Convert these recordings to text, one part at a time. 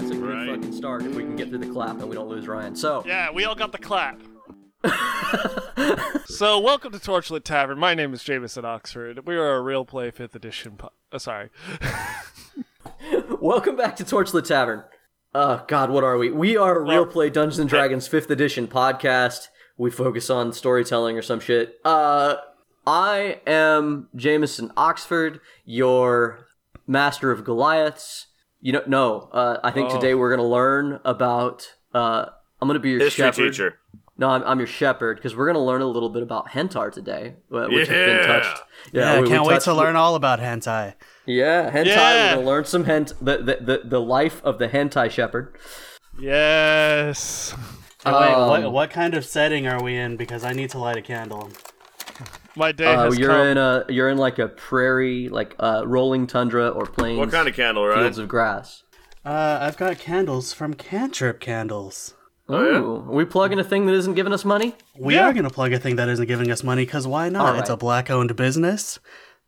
can start if we can get through the clap and we don't lose Ryan. So, Yeah, we all got the clap. so, welcome to Torchlit Tavern. My name is Jameson Oxford. We are a real play 5th edition. Po- uh, sorry. welcome back to Torchlit Tavern. Oh God, what are we? We are a real Well- play Dungeons and Dragons Fifth Edition podcast. We focus on storytelling or some shit. Uh, I am Jameson Oxford, your master of Goliaths. You know, no. Uh, I think Oh. today we're gonna learn about. Uh, I'm gonna be your History shepherd. teacher. No, I'm, I'm your shepherd because we're gonna learn a little bit about hentar today, uh, which has been Yeah. touched. Yeah, I we- we can't wait touched- to learn all about hentai. Yeah, hentai. Yeah. We're gonna learn some hent the, the the the life of the hentai shepherd. Yes. Oh, wait, Um, what, what kind of setting are we in? Because I need to light a candle. My day Uh, has you're come. in a you're in like a prairie, like uh, rolling tundra or plains. What kind of candle, fields right? of grass? Uh, I've got candles from Cantrip Candles. Ooh, Oh, are we plugging a thing that isn't giving us money? We Yeah. are going to plug a thing that isn't giving us money because why not? All It's right. a black owned business.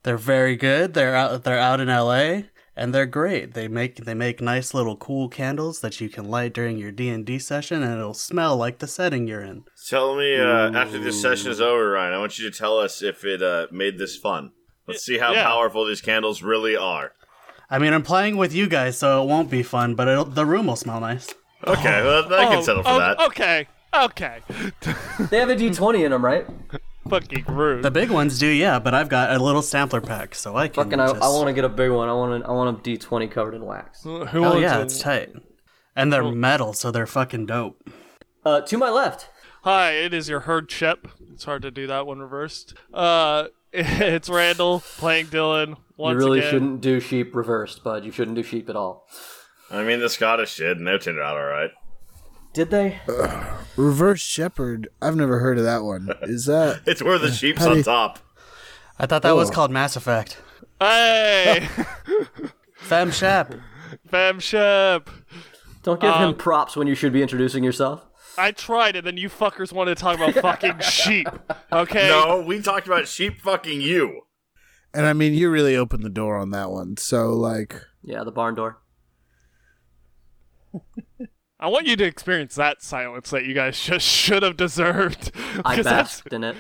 They're very good. They're out. They're out in L.A. and they're great. They make they make nice little cool candles that you can light during your D and D session, and it'll smell like the setting you're in. Tell me uh, after this session is over, Ryan. I want you to tell us if it uh, made this fun. Let's see how Yeah. powerful these candles really are. I mean, I'm playing with you guys, so it won't be fun, but it'll, the room will smell nice. Okay, well, I Oh, can settle for oh, that. Okay. Okay. They have a D20 in them, right? Fucking rude. The big ones do, yeah, but I've got a little sampler pack, so I can. Fucking, I, just... I want to get a big one. I want a, I want a D20 covered in wax. Who Oh wants yeah, a- it's tight. And they're metal, so they're fucking dope. Uh, to my left. Hi, it is your herd Shep. It's hard to do that one reversed. Uh, it's Randall playing Dylan once you really again. shouldn't do sheep reversed, bud. You shouldn't do sheep at all. I mean, the Scottish did, and they turned out all right. Did they? Reverse Shepherd. I've never heard of that one. Is that It's where the sheep's How do on you- Oh. top. I thought that was called Mass Effect. Hey, Fem Shep. Fam Shep. Don't give Um, him props when you should be introducing yourself. I tried, and then you fuckers wanted to talk about fucking sheep. Okay. No, we talked about sheep fucking you. and I mean, you really opened the door on that one. So like, Yeah, the barn door. I want you to experience that silence that you guys just should have deserved. I 'Cause that's- basked in it.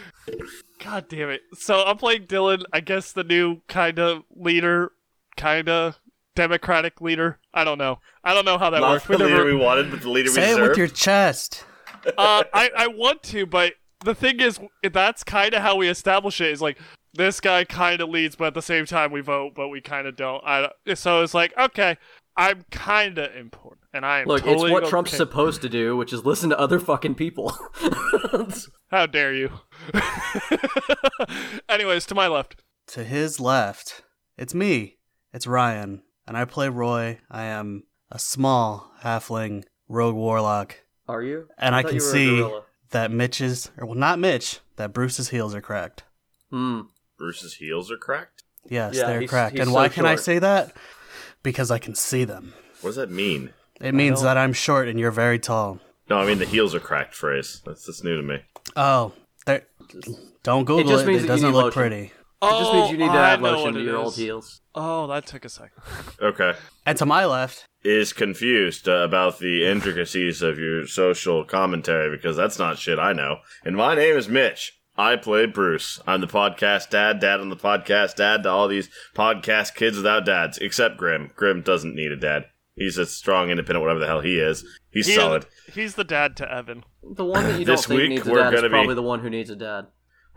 God damn it. So I'm playing Dylan, I guess the new kind of leader, kind of democratic leader. I don't know. I don't know how that Not works. We the leader never- we wanted, but the leader we Say it with deserved. your chest. uh, I, I want to, but the thing is, that's kind of how we establish it. Is like this guy kind of leads, but at the same time we vote, but we kind of don't. I so it's like okay, I'm kind of important, and I am Look, totally it's what okay. Trump's supposed to do, which is listen to other fucking people. How dare you? Anyways, to my left. To his left, it's me. It's Ryan, and I play Roy. I am a small halfling rogue warlock, Are you? and I, thought can you were a see gorilla. that Mitch's, or well, not Mitch, that Bruce's heels are cracked. Hmm. Bruce's heels are cracked. Yes, Yeah, they're he's- cracked. he's and so why can I short. say that? Because I can see them. What does that mean? It means that I'm short and you're very tall. No, I mean the heels are cracked phrase. That's that's new to me. Oh, there. Don't Google it. just means it that you doesn't need look lotion. pretty. Oh, it just means you need to I add know lotion what to it your is. old heels. Oh, that took a second. Okay. And to my left, is confused uh, about the intricacies of your social commentary because that's not shit I know. And my name is Mitch. I play Bruce. I'm the podcast dad, dad on the podcast dad to all these podcast kids without dads, except Grim. Grim doesn't need a dad. He's a strong, independent, whatever the hell he is. He's He is- solid. he's the dad to Evan. The one that you don't This think week, needs a we're dad is gonna be- probably the one who needs a dad.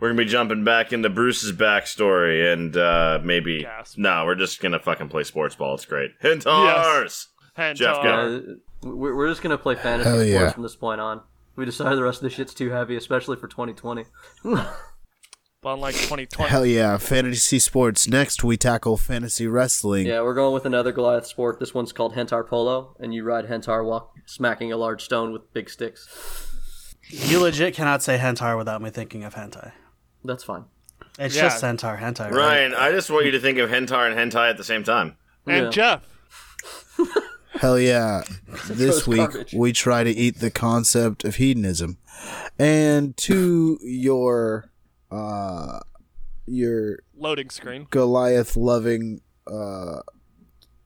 We're gonna be jumping back into Bruce's backstory and uh, maybe Gasp. no, we're just gonna fucking play sports ball. It's great. Hintars. And Jeff Tom. Geller. Uh, we're, we're just gonna play fantasy Hell sports yeah. from this point on. We decided the rest of this shit's too heavy, especially for 2020. But unlike 2020. hell yeah, fantasy sports. Next, we tackle fantasy wrestling. yeah, we're going with another Goliath sport. This one's called hentar polo, and you ride hentar while smacking a large stone with big sticks. you legit cannot say hentai without me thinking of hentai. That's fine. It's Yeah. just hentai, hentai, right? Ryan, I just want you to think of hentar and hentai at the same time. and Yeah. Jeff. Hell yeah. Those this week, garbage. we try to eat the concept of hedonism. And to your, uh, your Loading screen. Goliath loving, uh,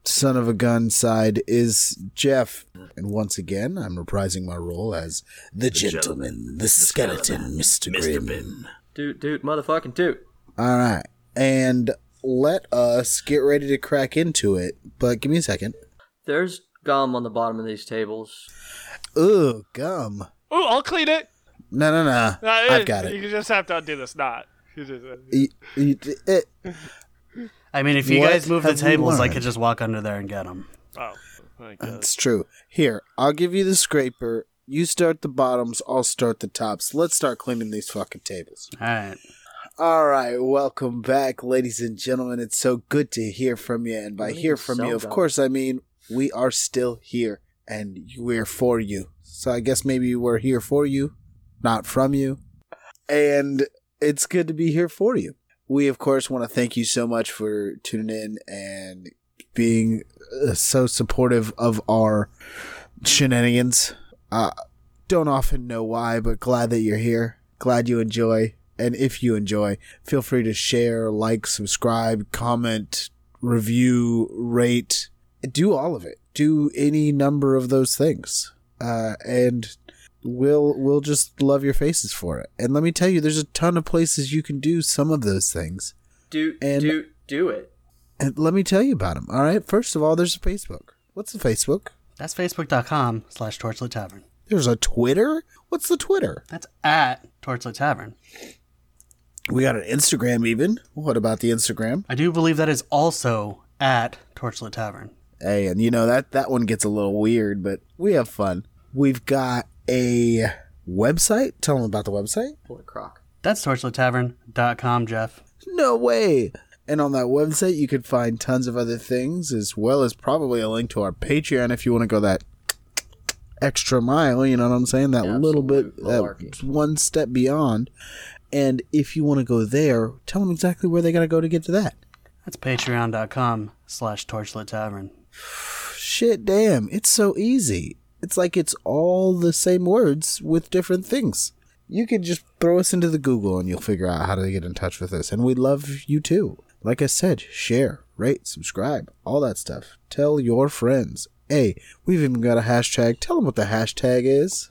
son of a gun side is Jeff. And once again, I'm reprising my role as the, gentleman, the skeleton, Mr. Grimm. Dude, dude, motherfucking dude. All right. And let us get ready to crack into it. But give me a second. There's gum on the bottom of these tables. Ooh, gum. Ooh, I'll clean it. No, no, no. Nah, I've got You it. just have to undo this knot. You just- Y- y- it- I mean, if you What guys move the have you tables, I could learned? just walk under there and get them. Oh, my God. That's true. Here, I'll give you the scraper. You start the bottoms, I'll start the tops. Let's start cleaning these fucking tables. All right. All right, welcome back, ladies and gentlemen. It's so good to hear from you. And by What hear is from so you, of good? course, I mean we are still here and we're for you. So I guess maybe we're here for you, not from you. And it's good to be here for you. We, of course, want to thank you so much for tuning in and being uh, so supportive of our shenanigans. Uh, don't often know why, but glad that you're here. Glad you enjoy. And if you enjoy, feel free to share, like, subscribe, comment, review, rate. Do all of it. Do any number of those things. Uh, and we'll we'll just love your faces for it. And let me tell you, there's a ton of places you can do some of those things. Do And- do do it. And let me tell you about them. All right. First of all, there's a Facebook. What's the Facebook? That's facebook.com slash torchlit tavern. There's a Twitter. What's the Twitter? That's at torchlit tavern. We got an Instagram even. What about the Instagram? I do believe that is also at torchlit tavern. Hey, and you know that that one gets a little weird, but we have fun. We've got a website. Tell them about the website. Holy crock. That's torchlittavern.com, Jeff. No way. And on that website, you could find tons of other things, as well as probably a link to our Patreon if you want to go that extra mile. You know what I'm saying? That little bit, that malarkey. one step beyond. And if you want to go there, tell them exactly where they got to go to get to that. That's patreon.com slash torchlit tavern. shit damn it's so easy it's like it's all the same words with different things you can just throw us into the google and you'll figure out how to get in touch with us and we love you too like i said share rate subscribe all that stuff tell your friends hey we've even got a hashtag tell them what the hashtag is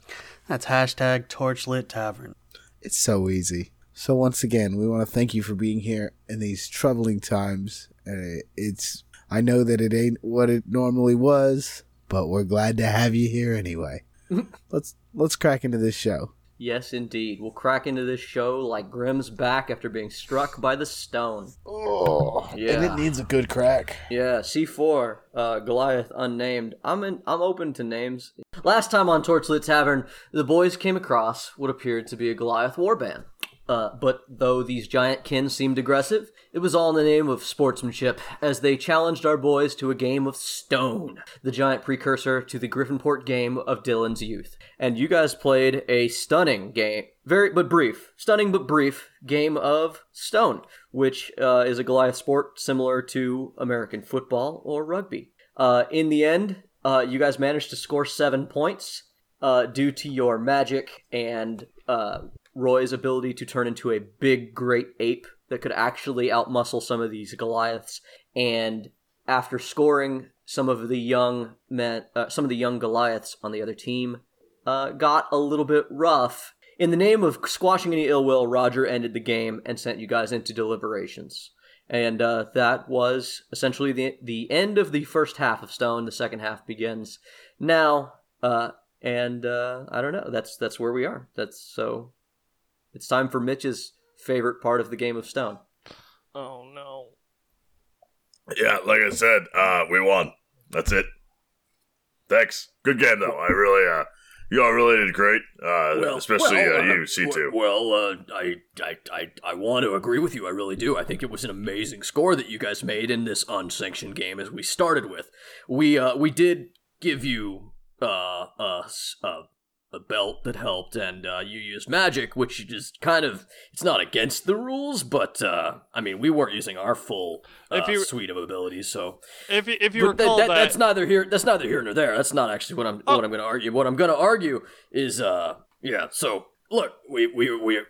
That's hashtag torchlit tavern. it's so easy so once again we want to thank you for being here in these troubling times uh, it's i know that it ain't what it normally was but we're glad to have you here anyway let's let's crack into this show Yes, indeed. We'll crack into this show like Grimm's back after being struck by the stone. oh Yeah. and it needs a good crack Yeah, C4, uh, Goliath unnamed. I'm in, I'm open to names. Last time on Torchlit Tavern, the boys came across what appeared to be a Goliath warband. Uh, but though these giant kin seemed aggressive, it was all in the name of sportsmanship, as they challenged our boys to a game of Stone, the giant precursor to the Griffinport game of Dylan's youth. And you guys played a stunning game, very but brief, stunning but brief game of Stone, which uh, is a Goliath sport similar to American football or rugby. Uh, in the end, uh, you guys managed to score seven points uh, due to your magic and uh, Roy's ability to turn into a big, great ape that could actually outmuscle some of these Goliaths. And after scoring, some of the young men, uh, some of the young Goliaths on the other team, uh, got a little bit rough. In the name of squashing any ill will, Roger ended the game and sent you guys into deliberations. And uh, that was essentially the the end of the first half of Stone. The second half begins now, uh, and uh, I don't know. That's that's where we are. That's so. It's time for Mitch's favorite part of the game of Stone. Oh no. Yeah, like I said, uh, we won. That's it. Thanks. Good game though. I really, uh, you all really did great. Uh, especially well, uh, you, C w- two. Well, uh, I, I, I, I want to agree with you. I really do. I think it was an amazing score that you guys made in this unsanctioned game, as we started with. We, uh, we did give you uh, a, s- a, a belt that helped, and uh, you used magic, which is kind of it's not against the rules, but uh, I mean, we weren't using our full uh, If you- suite of abilities, so If you, if you but that- recall that- that, Oh. that's neither here that's neither here nor there that's not actually what i'm what i'm gonna argue what i'm gonna argue is uh yeah so look we we we uh,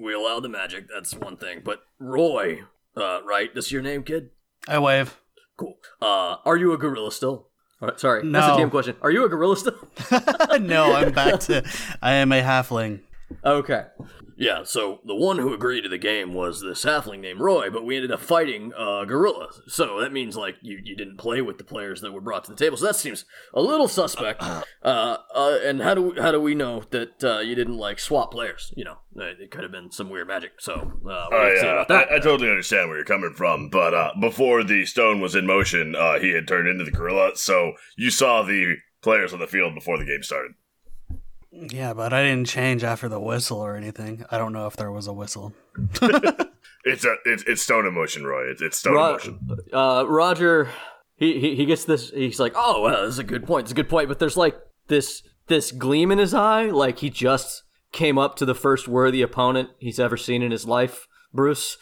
we allow the magic that's one thing but roy uh right that's your name kid I wave. Cool. Uh, are you a gorilla still? All right, sorry, No. That's a DM question. Are you a gorilla still? no, I'm back to. I am a halfling. okay. Yeah, so the one who agreed to the game was this halfling named Roy, but we ended up fighting uh, Gorilla. So that means, like, you, you didn't play with the players that were brought to the table. So that seems a little suspect. Uh, uh, and how do we, how do we know that uh, you didn't, like, swap players? You know, uh, it could have been some weird magic. So uh, what do you I, have Oh, to say uh, about that? I, I totally understand where you're coming from, but uh, before the stone was in motion, uh, he had turned into the gorilla, so you saw the players on the field before the game started. Yeah, but I didn't change after the whistle or anything. I don't know if there was a whistle. It's a it's, it's stone in motion, Roy. It's, it's stone in Ro- motion. Uh, Roger, he, he he gets this. He's like, oh, oh, well, that's a good point. point. It's a good point, but there's like this this gleam in his eye, like he just came up to the first worthy opponent he's ever seen in his life, Bruce.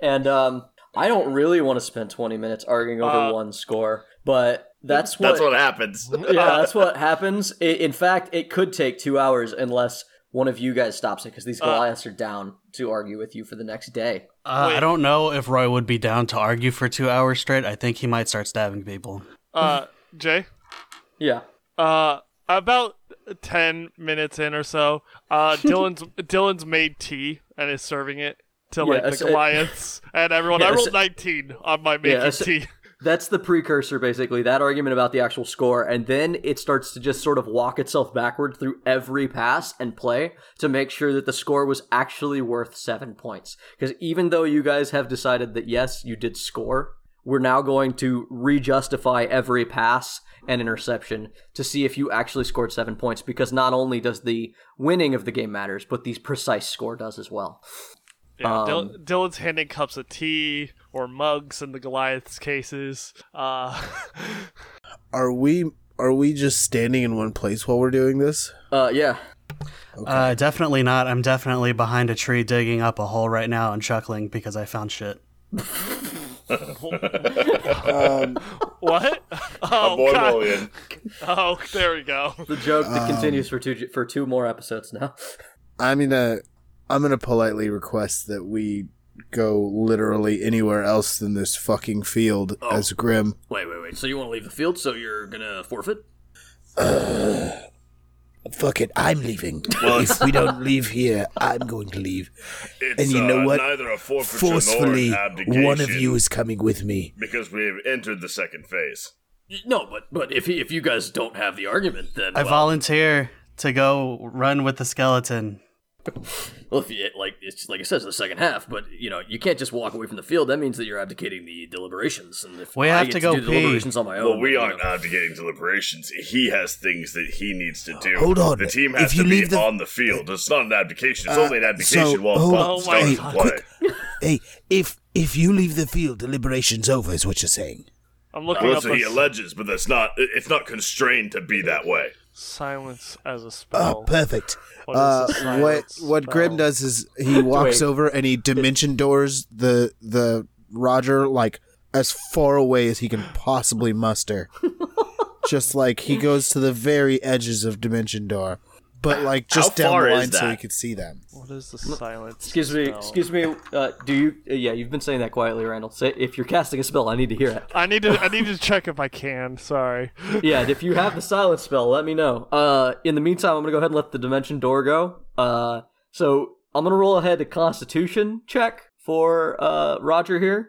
and um, I don't really want to spend 20 minutes arguing over Uh, one score, but that's what That's what happens. yeah, that's what happens. I in fact, it could take two hours unless one of you guys stops it because Uh, these Goliaths are down to argue with you for the next day. Uh, Wait. I don't know if Roy would be down to argue for two hours straight. I think he might start stabbing people. Uh, Jay. Yeah. Uh, about ten minutes in or so, uh, Dylan's Dylan's made tea and is serving it to like it's- the Goliaths and everyone. Yeah, I rolled it's- nineteen on my making it's- tea. That's the precursor, basically, that argument about the actual score. And then it starts to just sort of walk itself backward through every pass and play to make sure that the score was actually worth seven points. Because even though you guys have decided that, yes, you did score, we're now going to re justify every pass and interception to see if you actually scored seven points. Because not only does the winning of the game matters, but the precise score does as well. Yeah, Dil- Um, Dylan's handing cups of tea or mugs in the Goliath's cases. Uh, Are we are we just standing in one place while we're doing this? Uh, yeah. Uh, definitely not. I'm definitely behind a tree digging up a hole right now and chuckling because I found shit. Um, what? Um, a Oh, boy God. Mulligan. oh, there we go. The joke that continues for two for two more episodes now. I'm gonna uh, I'm gonna politely request that we go literally anywhere else than this fucking field as Grim. Wait, wait, wait. So you want to leave the field, so you're going to forfeit? Fuck it, I'm leaving. if we don't leave here, I'm going to leave. It's, And you know uh, what? Neither a forfeiture Forcefully, nor an abdication, one of you is coming with me. because we have entered the second phase. No, but but if he, if you guys don't have the argument, then I well, volunteer to go run with the skeleton. Well, if you, like it's like it says in the second half, but you know you can't just walk away from the field. That means that you're abdicating the deliberations, and if We I have get to go do the pee. deliberations on my own, Well, we you know. aren't abdicating deliberations. He has things that he needs to do. Hold on. The team If has you to be leave the- on the field. It's not an abdication. It's Uh, only an abdication so, while hold Bob on. Oh my Stone God. play. Hey, if if you leave the field, deliberation's over is what you're saying. I'm looking Well, up that's what a he alleges, but that's not. it- It's not constrained to be that way. silence as a Oh, spell. perfect. What is Uh, the what silence what Grim spell? does is he walks Wait. over and he dimension doors the the Roger like as far away as he can possibly muster. just like he goes to the very edges of dimension door, but like just down far the is line so that? he could see them. What is the silence? Excuse me, spell? excuse me. Uh, do you? Uh, yeah, you've been saying that quietly, Randall. Say if you're casting a spell, I need to hear it. I need to. I need to check if I can. Sorry. Yeah, and if you have the silence spell, let me know. Uh, in the meantime, I'm gonna go ahead and let the dimension door go. Uh, so I'm gonna roll ahead to Constitution check for uh Roger here.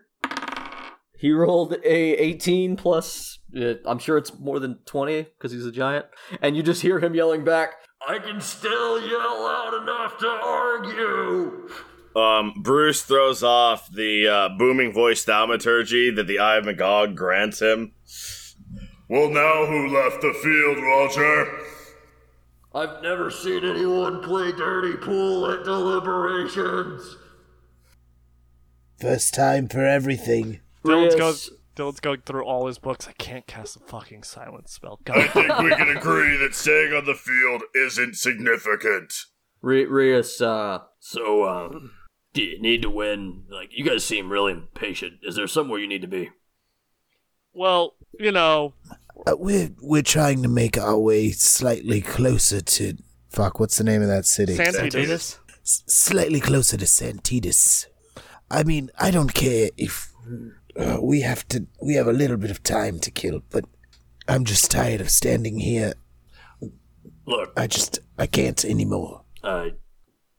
He rolled a 18 plus. Uh, I'm sure it's more than 20 because he's a giant, and you just hear him yelling back. I can still yell loud enough to Uh, argue. Um, Bruce throws off the uh, booming voice thaumaturgy that the Eye of Magog grants him. Well, now who left the field, Roger? I've never seen anyone play dirty pool at deliberations. First time for everything. Dylan's Reyes- going, Dylan's going through all his books. I can't cast a fucking silence spell. I God. think we can agree that staying on the field isn't significant. Re- Reyes, uh, So, um, do you need to win? Like, you guys seem really impatient. Is there somewhere you need to be? well, you know, Uh, we're we're trying to make our way slightly closer to fuck. What's the name of that city? Santitas. S- slightly closer to Santitas. I mean, I don't care if uh, we have to. We have a little bit of time to kill, but I'm just tired of standing here. Look, I just. I can't anymore. uh,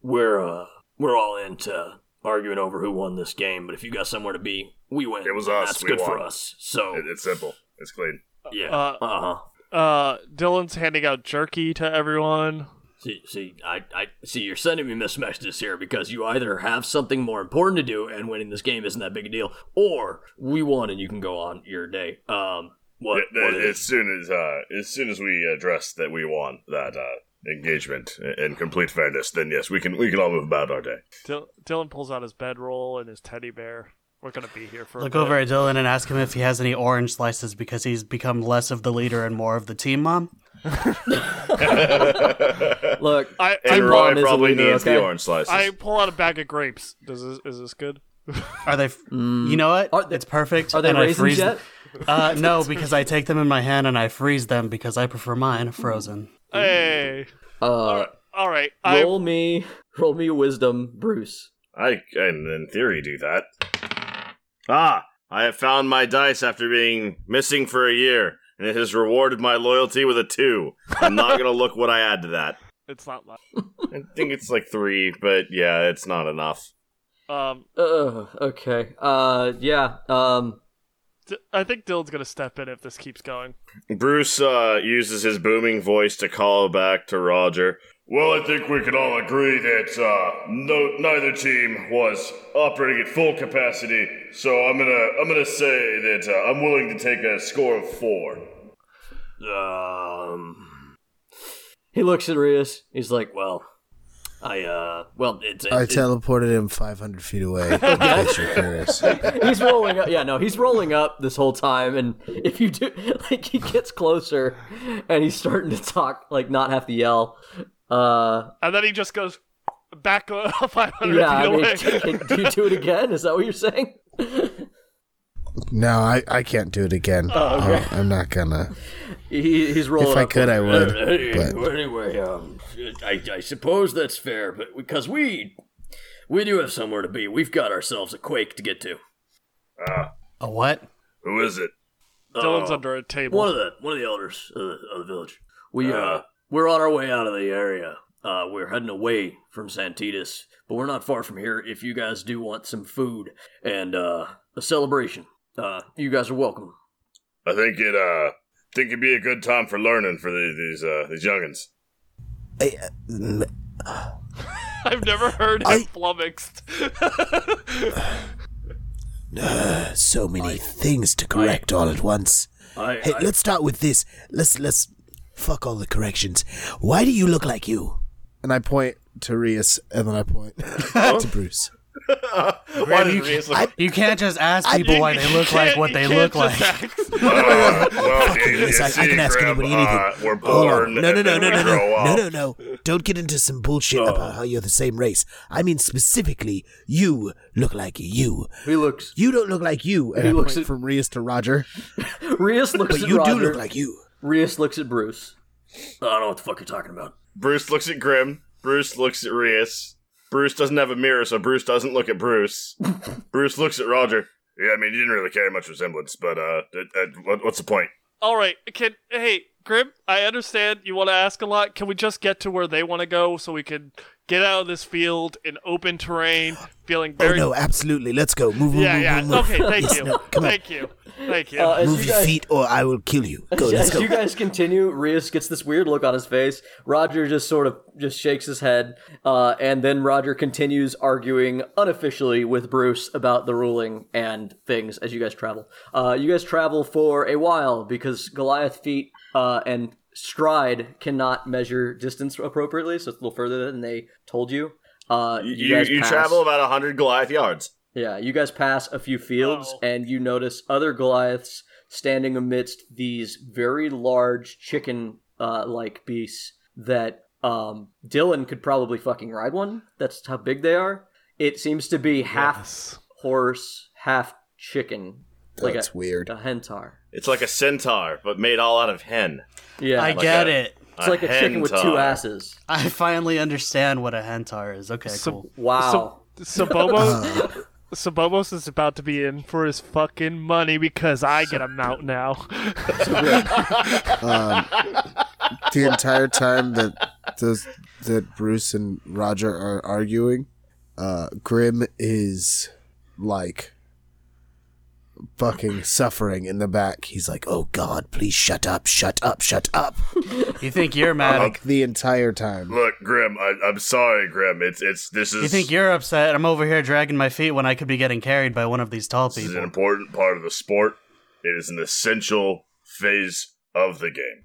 we're uh, we're all into arguing over who won this game, but if you got somewhere to be, we win. It was us, That's we good for won. us. So It- it's simple. It's clean. yeah, Uh, uh huh. Uh-huh. Uh, Dylan's handing out jerky to everyone. See, see, I, I see you're sending me mixed messages here because you either have something more important to do and winning this game isn't that big a deal, or we won and you can go on your day. Um, what? Th- th- what as is, soon as uh, as soon as we address that we want that uh, engagement i- in complete fairness, then yes, we can we can all move about our day. Dil- Dylan pulls out his bedroll and his teddy bear. We're gonna be here for. a Look bit. over at Dylan and ask him if he has any orange slices because he's become less of the leader and more of the team mom. Look, I And I, Rob Roy is a probably leader, needs okay? the orange slices. I pull out a bag of grapes. Does this, is this good? Are they? F- you know what? Are they- it's perfect. are they and I raisins freeze yet? Uh, no, because I take them in my hand and I freeze them because I prefer mine frozen. Hey, Uh, all right. I roll me, roll me wisdom, Bruce. I can, in theory, do that. Ah, I have found my dice after being missing for a year, and it has rewarded my loyalty with a two. I'm not gonna look what I add to that. it's not much. I think it's like three, but yeah, it's not enough. Um, Uh, okay. Uh, yeah. Um, D- I think Dylan's gonna step in if this keeps going. Bruce uh, uses his booming voice to call back to Roger. Well, I think we can all agree that uh, no, neither team was operating at full capacity. So I'm gonna, I'm gonna say that uh, I'm willing to take a score of four. um, he looks at Rios. He's like, well, I uh, well, it's I it, teleported him 500 feet away. in case you're curious. he's rolling up. Yeah, no, he's rolling up this whole time, and if you do, like, he gets closer, and he's starting to talk, like, not have to yell. Uh, And then he just goes back uh, 500 yeah. I feet mean, away. can, do you do it again? Is that what you're saying? No, I, I can't do it again. Uh, I'm not gonna. He, he's rolling. If I up could, I would. But Anyway, anyway, um, I, I suppose that's fair, but because we we do have somewhere to be, we've got ourselves a quake to get to. A what? Who is it? Oh. Dylan's Uh, under a table. One of the one of the elders of the, of the village. We uh, Uh-huh. we're on our way out of the area. Uh, we're heading away from Santitas, but we're not far from here. If you guys do want some food and uh, a celebration, uh, you guys are welcome. I think it, uh, think it'd be a good time for learning for the, these, uh, these youngins. I've never heard him flummoxed. uh, so many things to correct all at once. I, Hey, I let's start with this. Let's let's fuck all the corrections. Why do you look like you? And I point to Rius, and then I point to Bruce. Why did Reese look- You can't just ask people why they look like what they look like. Uh, well, you, you Yes, I, I see, can ask Grandpa, anybody anything. uh, we're Hold on. born No, no, and no, then no, we no, grow up. no, no, no, no. Don't get into some bullshit about how you're the same race. I mean specifically, you look like you. He looks. You don't look like you. And He looks point at- from Rius to Roger, Rios looks but at you Roger. do look like you. Rios looks at Bruce. I don't know what the fuck you're talking about. Bruce looks at Grim. Bruce looks at Rius. Bruce doesn't have a mirror, so Bruce doesn't look at Bruce. Bruce looks at Roger. Yeah, I mean, you didn't really carry much resemblance, but uh, it, it- what, what's the point? All right, can hey Grim? I understand you want to ask a lot. Can we just get to where they want to go so we can get out of this field in open terrain, feeling Oh very no, absolutely. Let's go. Move, move, yeah move, yeah. move, move. Okay, thank Yes, you, no, come on. thank you, thank you. Uh, as Move you your guys, feet, or I will kill you. Go, let's As go. you guys continue, Rios gets this weird look on his face. Roger just sort of just shakes his head, uh, and then Roger continues arguing unofficially with Bruce about the ruling and things as you guys travel. Uh, you guys travel for a while because Goliath feet uh, and stride cannot measure distance appropriately, so it's a little further than they told you. Uh, You, you, you, guys pass- travel about 100 Goliath yards. yeah, you guys pass a few fields Oh. and you notice other Goliaths standing amidst these very large chicken uh, like beasts that um, Dylan could probably fucking ride one. That's how big they are. It seems to be half horse, half chicken. That's like a, weird. A hentar. It's like a centaur, but made all out of hen. Yeah. I it's get a- it. like a chicken with two hentar. asses. I finally understand what a hentar is. Okay, Sub- cool. Wow. Sub- Sabomo, Sabobos is about to be in for his fucking money because I get him out now. Um, the entire time that those, that Bruce and Roger are arguing, uh, Grim is like fucking suffering in the back. He's like, "Oh God, please shut up, shut up, shut up!" You think you're mad? Like the entire time. Look, Grim, I, I'm sorry, Grim. It's it's this is You think you're upset? I'm over here dragging my feet when I could be getting carried by one of these tall this is an people. important part of the sport. It is an essential phase of the game.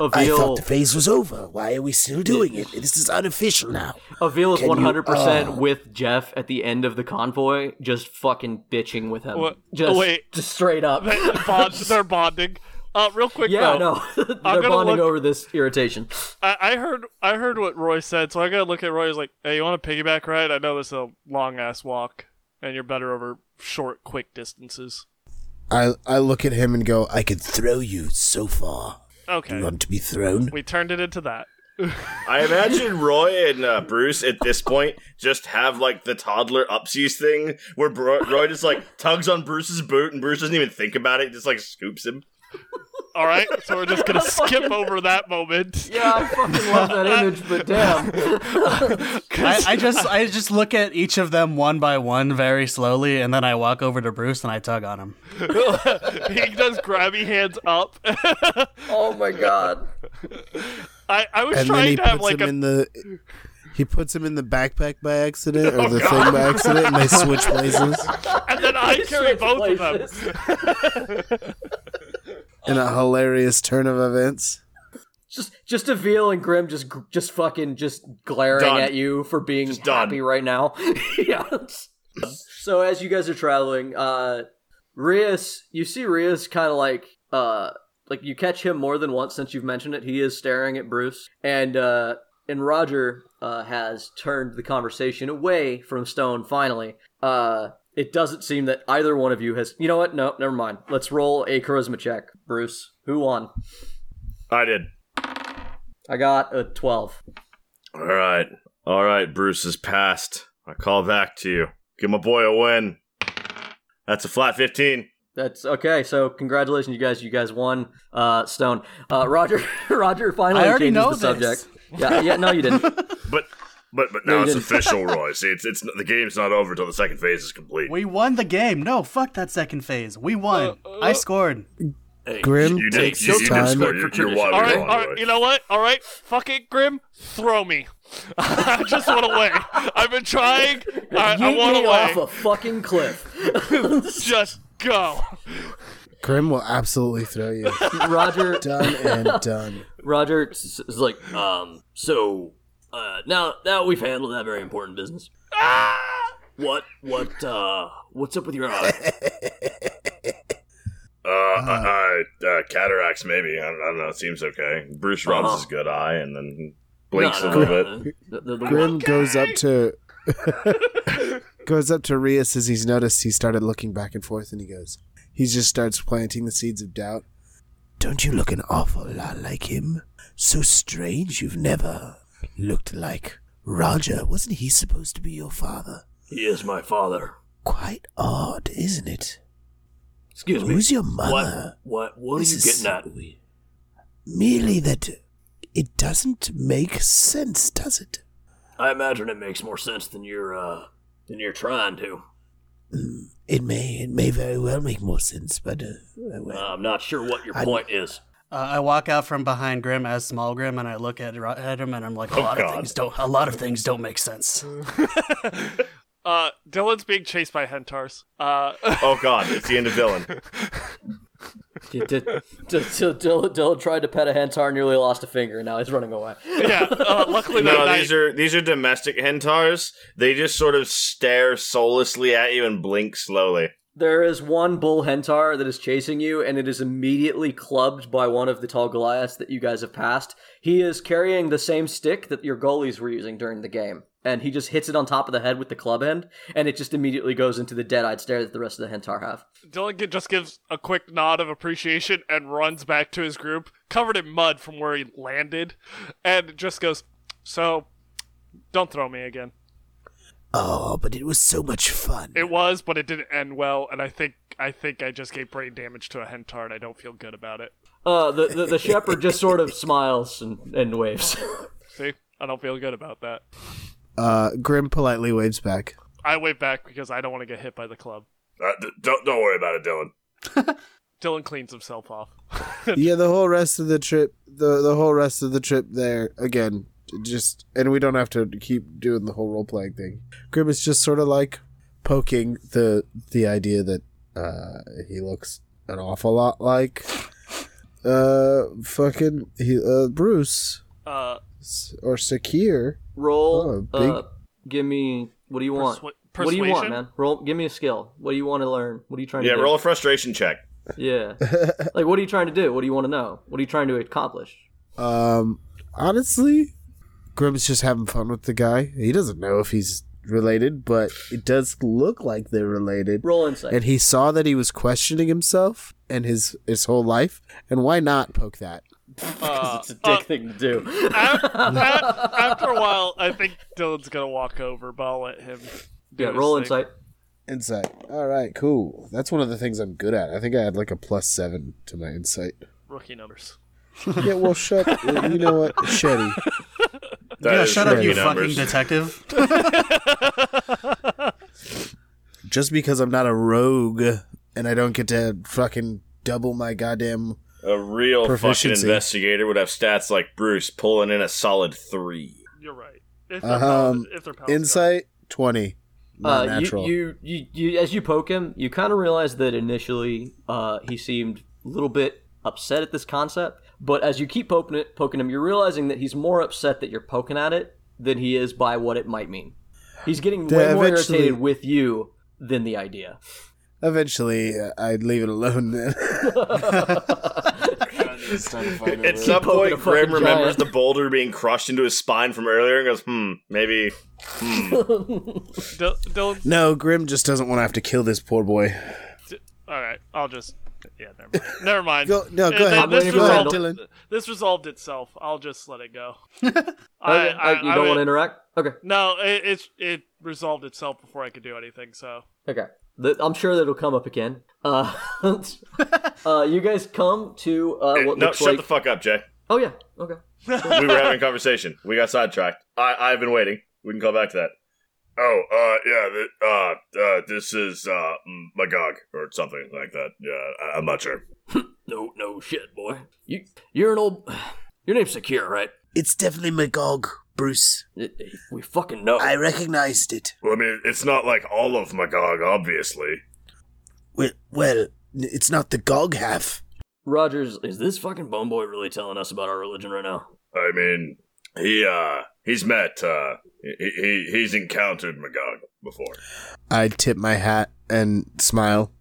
Avil, phase was over. Why are we still doing it? This is unofficial now. Avil is Can you- 100% oh. with Jeff at the end of the convoy, just fucking bitching with him. What- Just, wait. just straight up. They- bond- they're bonding. Uh, real quick yeah, though, no. They're gonna bonding look- over this irritation. I, I heard I heard what Roy said, so I gotta look at Roy. He's like, "Hey, you want a piggyback ride? I know this is a long ass walk, and you're better over short, quick distances." I I look at him and go, "I could throw you so far. Do Okay, you want to be thrown?" we turned it into that. I imagine Roy and uh, Bruce at this point just have like the toddler upsies thing where Bro- Roy just like tugs on Bruce's boot and Bruce doesn't even think about it, just like scoops him. All right, so we're just gonna skip over that moment. Yeah, I fucking love that image, but damn. I, I just I just look at each of them one by one very slowly, and then I walk over to Bruce and I tug on him. he does grabby hands up. Oh my god. I, I was and then he trying to have puts like him a in the he puts him in the backpack by accident Oh, or the thing by accident, and they switch places. and then I carry both of them. In a hilarious turn of events, Just, just Avil and Grim just, gr- just fucking, just glaring Done. at you for being Just done. happy right now. yeah. So as you guys are traveling, uh, Rias, you see Rias kind of like, uh, like you catch him more than once since you've mentioned it. He is staring at Bruce, and uh, and Roger uh, has turned the conversation away from Stone. Finally, uh, it doesn't seem that either one of you has. You know what? No, never mind. Let's roll a charisma check, Bruce. Who won? I did. I got a twelve. All right, all right, Bruce is passed. I call back to you. Give my boy a win. That's a flat fifteen. That's okay. So congratulations, you guys. You guys won. Uh, Stone, uh, Roger, Roger finally I already changes know the this. subject. Yeah, yeah. No, you didn't. But but but No, now you it's didn't. official, Roy. See, it's it's the game's not over till the second phase is complete. We won the game. No, fuck that second phase. We won. Uh, I scored. Hey, Grim you did takes you, his you did time. score. You're, you're wildly All right, wrong, all right, Roy. you know what? All right, fuck it, Grim. Throw me. I just want to win. I've been trying. I, you I want me off to a fucking cliff. win. Just go. Grim will absolutely throw you. Roger, done and done. Roger s- is like, Um, so uh, now now we've handled that very important business. Ah! What what uh what's up with your eye? Uh, I, I, uh, cataracts maybe. I don't, I don't know. It seems okay. Bruce rubs Uh-huh. his good eye and then he blinks a No, no, little bit. no, no. The- the- the- Grim goes up to goes up to Rias as he's noticed he started looking back and forth, and he goes, he just starts planting the seeds of doubt. Don't you look an awful lot like him? So strange you've never looked like Roger. Wasn't he supposed to be your father? He is my father. Quite odd, isn't it? Excuse me. Who's your What mother? what what are This you is- getting at? Merely that it doesn't make sense, does it? I imagine it makes more sense than you're uh than you're trying to. It may it may very well make more sense, but uh, well. Uh, I'm not sure what your I- point is. Uh, I walk out from behind Grim as Small Grim, and I look at, Ro- at him, and I'm like, a Oh, lot God. of things don't. A lot of things don't make sense. Uh, Dylan's being chased by Hentars. Uh, Oh god, it's the end of Dylan. d- d- d- d- Dylan Dylan tried to pet a hentar, nearly lost a finger, and now he's running away. yeah. Uh, luckily, that No, night, these are these are domestic hentars. They just sort of stare soullessly at you and blink slowly. There is one bull hentar that is chasing you, and it is immediately clubbed by one of the tall Goliaths that you guys have passed. He is carrying the same stick that your goalies were using during the game, and he just hits it on top of the head with the club end, and it just immediately goes into the dead-eyed stare that the rest of the hentar have. Dylan gi- just gives a quick nod of appreciation and runs back to his group, covered in mud from where he landed, and just goes, "So, don't throw me again." Oh, but it was so much fun. It was, but it didn't end well, and I think I think I just gave brain damage to a hentard. I don't feel good about it. Uh, the, the the shepherd just sort of smiles and, and waves. See, I don't feel good about that. Uh, Grim politely waves back. I wave back because I don't want to get hit by the club. Uh, d- don't don't worry about it, Dylan. Dylan cleans himself off. yeah, the whole rest of the trip, the the whole rest of the trip there again, just and we don't have to keep doing the whole role playing thing. Grim is just sort of like poking the the idea that uh, he looks an awful lot like uh fucking he, uh, Bruce Uh, s- or Sakir. Roll. Oh, big- Uh, give me. What do you want? Persua- What do you want, persuasion? man? Roll. Give me a skill. What do you want to learn? What are you trying Yeah, to do? roll a frustration check. Yeah. like, what are you trying to do? What do you want to know? What are you trying to accomplish? Um, honestly, Grim's just having fun with the guy. He doesn't know if he's related, but it does look like they're related. Roll insight. and he saw that he was questioning himself and his his whole life and why not poke that uh, it's a dick uh, thing to do. a- after a while, I think Dylan's gonna walk over, but I'll let him. Do yeah. his Roll thing. insight. insight all right cool that's one of the things i'm good at i think i had like a plus seven to my insight Rookie numbers. yeah well shut you know what shetty That yeah, is shut up, rookie you numbers. fucking detective. just because i'm not a rogue and i don't get to fucking double my goddamn A real fucking Proficiency. investigator would have stats like Bruce pulling in a solid three. You're right. If they're Um, paladin- if they're paladin. insight 20 not Uh, you, natural you, you, you, as you poke him, you kind of realize that initially uh, he seemed a little bit upset at this concept. But as you keep poking it, poking him, you're realizing that he's more upset that you're poking at it than he is by what it might mean. He's getting Yeah, way more eventually- irritated with you than the idea. eventually uh, i'd leave it alone then At some poking a point, fucking Grim remembers giant. the boulder being crushed into his spine from earlier and goes, hmm, maybe. hmm." Dil- Dylan. no grim just doesn't want to have to kill this poor boy All right, I'll just. Yeah, never mind. Never mind. Go- no, go Uh, ahead. This Go ahead, resolved, Dylan. this resolved itself. I'll just let it go. Okay, uh, you don't want to interact? Okay. No, it, it it resolved itself before I could do anything. So Okay. Th- I'm sure that'll come up again. Uh, uh, you guys come to uh, what no, looks shut like. the fuck up, Jay. oh yeah. Okay. we were having a conversation. We got sidetracked. I, I've been waiting. We can go back to that. Oh, uh, yeah, th- uh, uh, this is, uh, mm, Magog, or something like that. Yeah, I- I'm not sure. No, no shit, boy. You you're an old. Your name's Secure, right? it's definitely magog bruce We fucking know. recognized it Well, I mean, it's not like all of Magog, obviously. Well, well, it's not the Gog half. Rogers Is this fucking bone boy really telling us about our religion right now? I mean, he, uh, he's met, uh, he, he, he's encountered Magog before. I tip my hat and smile.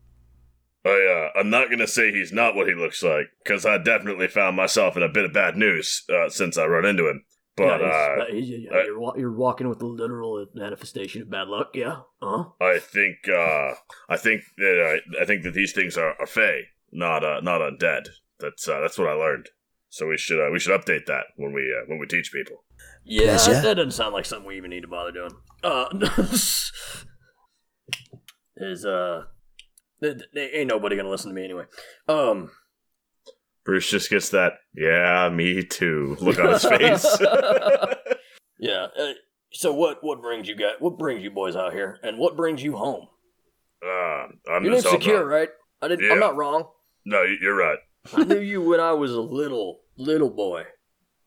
I, uh, I'm not gonna say he's not what he looks like, because I definitely found myself in a bit of bad news, uh, since I run into him. But, yeah, uh, he's- uh, yeah, yeah, uh, you're, wa- you're walking with the literal manifestation of bad luck. Yeah. uh-huh. Huh? I think uh, I think that uh, I, I think that these things are, are fey, not uh, not undead. That's uh, that's what I learned. So we should uh, we should update that when we uh, when we teach people. Yeah, Pleasure. that, that doesn't sound like something we even need to bother doing. Uh, is uh, th- th- ain't nobody gonna listen to me anyway. Um, Bruce just gets that. Yeah, me too. Look on his face. yeah. Uh, so what? What brings you guys? What brings you boys out here? And what brings you home? uh, I'm just Your name's helping Secure, out. right? I didn't. Yeah. I'm not wrong. No, you- you're right. I knew you when I was a little little boy,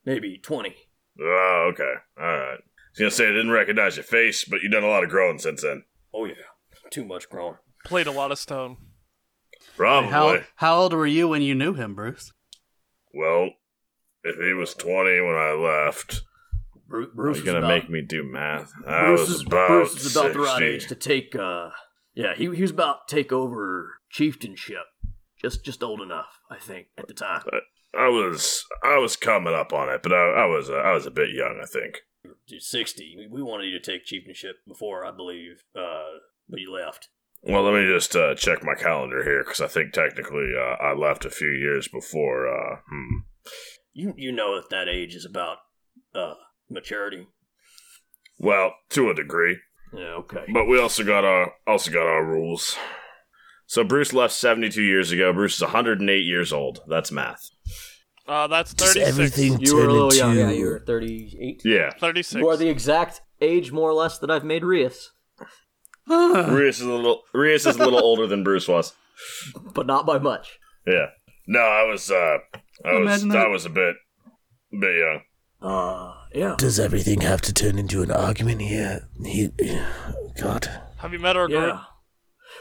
maybe twenty. Oh, okay, all right. I was gonna say I didn't recognize your face, but you've done a lot of growing since then. Oh yeah, too much growing. played a lot of stone. Probably. How how old were you when you knew him, Bruce? Well, if he was 20 when I left, Bruce, are Bruce you is gonna about- make me do math? I Bruce was is, about Bruce is about the right 60. age to take. uh Yeah, he he was about to take over chieftainship. Just just old enough, I think, at the time. I was I was coming up on it, but I, I was uh, I was a bit young, I think. Dude, Sixty. We, we wanted you to take chieftainship before, I believe, uh, but you left. Well, let me just uh, check my calendar here because I think technically uh, I left a few years before. Uh, hmm. You you know that that age is about uh maturity. Well, to a degree, Yeah, okay. But we also got our also got our rules. So Bruce left 72 years ago. Bruce is 108 years old. That's math. Uh, that's Does 36. everything You were a turn little young. into- Yeah, you were 38. Yeah. 36. You are the exact age, more or less, that I've made Rias, Rius is a little Rius is a little older than Bruce was. but not by much. Yeah. No, I was uh I was Imagine that. I was a bit bit young. Uh, yeah. Does everything have to turn into an argument here? He, God. Have you met our group? Yeah.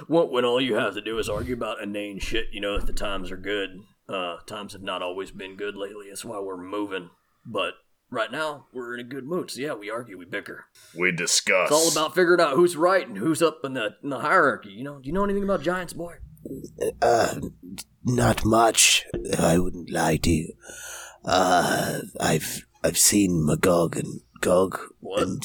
When, when all you have to do is argue about inane shit, you know that the times are good. Uh, times have not always been good lately. That's why we're moving. But right now, we're in a good mood. So yeah, we argue, we bicker. We discussed It's all about figuring out who's right and who's up in the in the hierarchy. You know? Do you know anything about giants, boy? Uh, not much. I wouldn't lie to you. Uh, I've I've seen Magog and Gog, What? and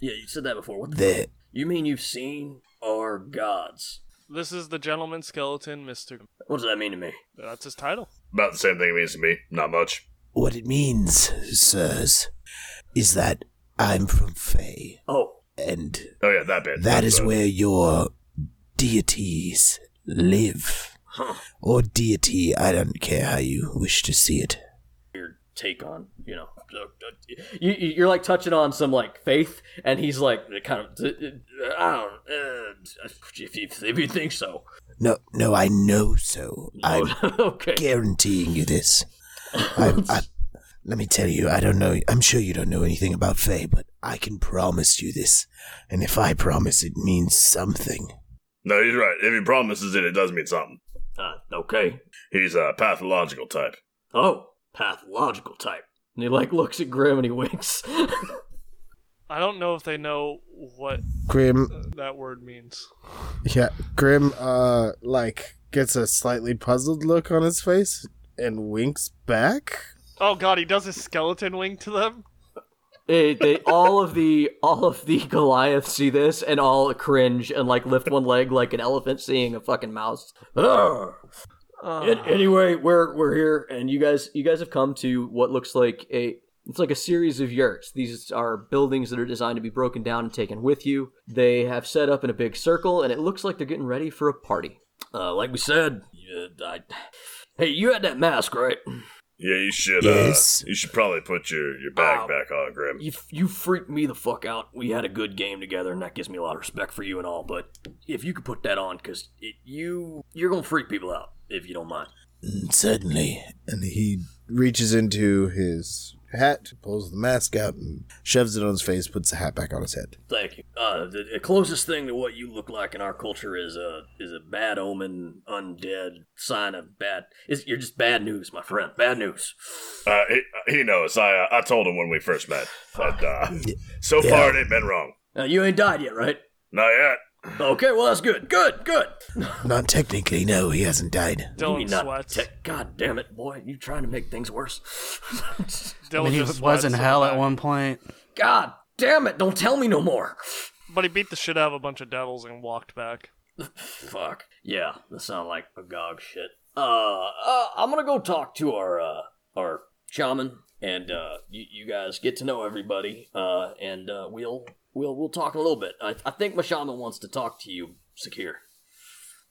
Yeah, you said that before. What the? the You mean you've seen our gods? This is the gentleman skeleton, Mr. What does that mean to me? That's his title. about the same thing it means to me. Not much. what it means, sirs, is that I'm from Fae, Oh, and Oh yeah, that bit. that is But- where your deities live, huh. or deity. I don't care how you wish to see it. Your take on you know? uh, uh, You, you- you're like touching on some like faith, and he's like kind of. I don't. Uh, if you if you think so. No, no, I know so. I'm okay. guaranteeing you this. I, I, let me tell you, I don't know. I'm sure you don't know anything about Faye, but I can promise you this. And if I promise, it means something. No, he's right. If he promises it, it does mean something. Uh, okay. He's a pathological type. Oh, pathological type. And he like looks at Grim and he winks. I don't know if they know what Grim, that word means. yeah, Grim, uh, like, gets a slightly puzzled look on his face and winks back. Oh god, he does his skeleton wing to them? They- they all of the all of the Goliaths see this and all cringe and like lift one leg like an elephant seeing a fucking mouse. Ugh. Uh, It- it- Anyway, we're we're here and you guys you guys have come to what looks like a it's like a series of yurts. These are buildings that are designed to be broken down and taken with you. They have set up in a big circle and it looks like they're getting ready for a party. uh, like we said, uh, I, hey, you had that mask, right? Yeah, you should. Yes. Uh, you should probably put your your bag Ow. back on, Grim. You you freaked me the fuck out. We had a good game together, and that gives me a lot of respect for you and all. But if you could put that on, because you you're gonna freak people out if you don't mind. Mm, Certainly. And he reaches into his hat, pulls the mask out, and shoves it on his face, puts the hat back on his head. Thank you. Uh, the, the closest thing to what you look like in our culture is a is a bad omen, undead sign of bad. Is you're just bad news, my friend. Bad news. Uh, he, he knows. I uh, I told him when we first met. But, uh, so far, it ain't been wrong. Uh, you ain't died yet, right? Not yet. Okay, well that's good. Good, good. Not technically, no, he hasn't died. You Dylan mean not sweats. tech- God damn it, boy! You trying to make things worse? Dylan I mean, he just was sweats in hell the at back. one point. God damn it! Don't tell me no more. But he beat the shit out of a bunch of devils and walked back. Fuck. Yeah, that sound like a gog shit. Uh, uh, I'm gonna go talk to our uh, our shaman, and uh, you, you guys get to know everybody, uh, and uh, we'll we'll we'll talk in a little bit. I, I think my shaman wants to talk to you, Secure.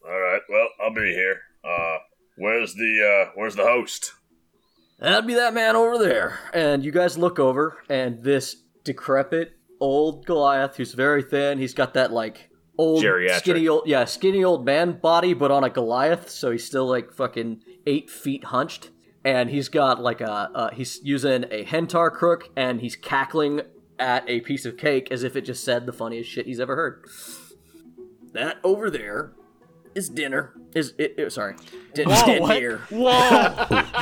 All right. Well, I'll be here. Uh, where's the uh, where's the host? That'd be that man over there. And you guys look over, and this decrepit old Goliath, who's very thin, he's got that like old Geriatric. skinny old yeah skinny old man body, but on a Goliath, so he's still like fucking eight feet hunched, and he's got like a uh, he's using a hentar crook, and he's cackling at a piece of cake as if it just said the funniest shit he's ever heard. That over there is dinner. Is it? it- sorry, Din- Whoa, din- what? here. Whoa!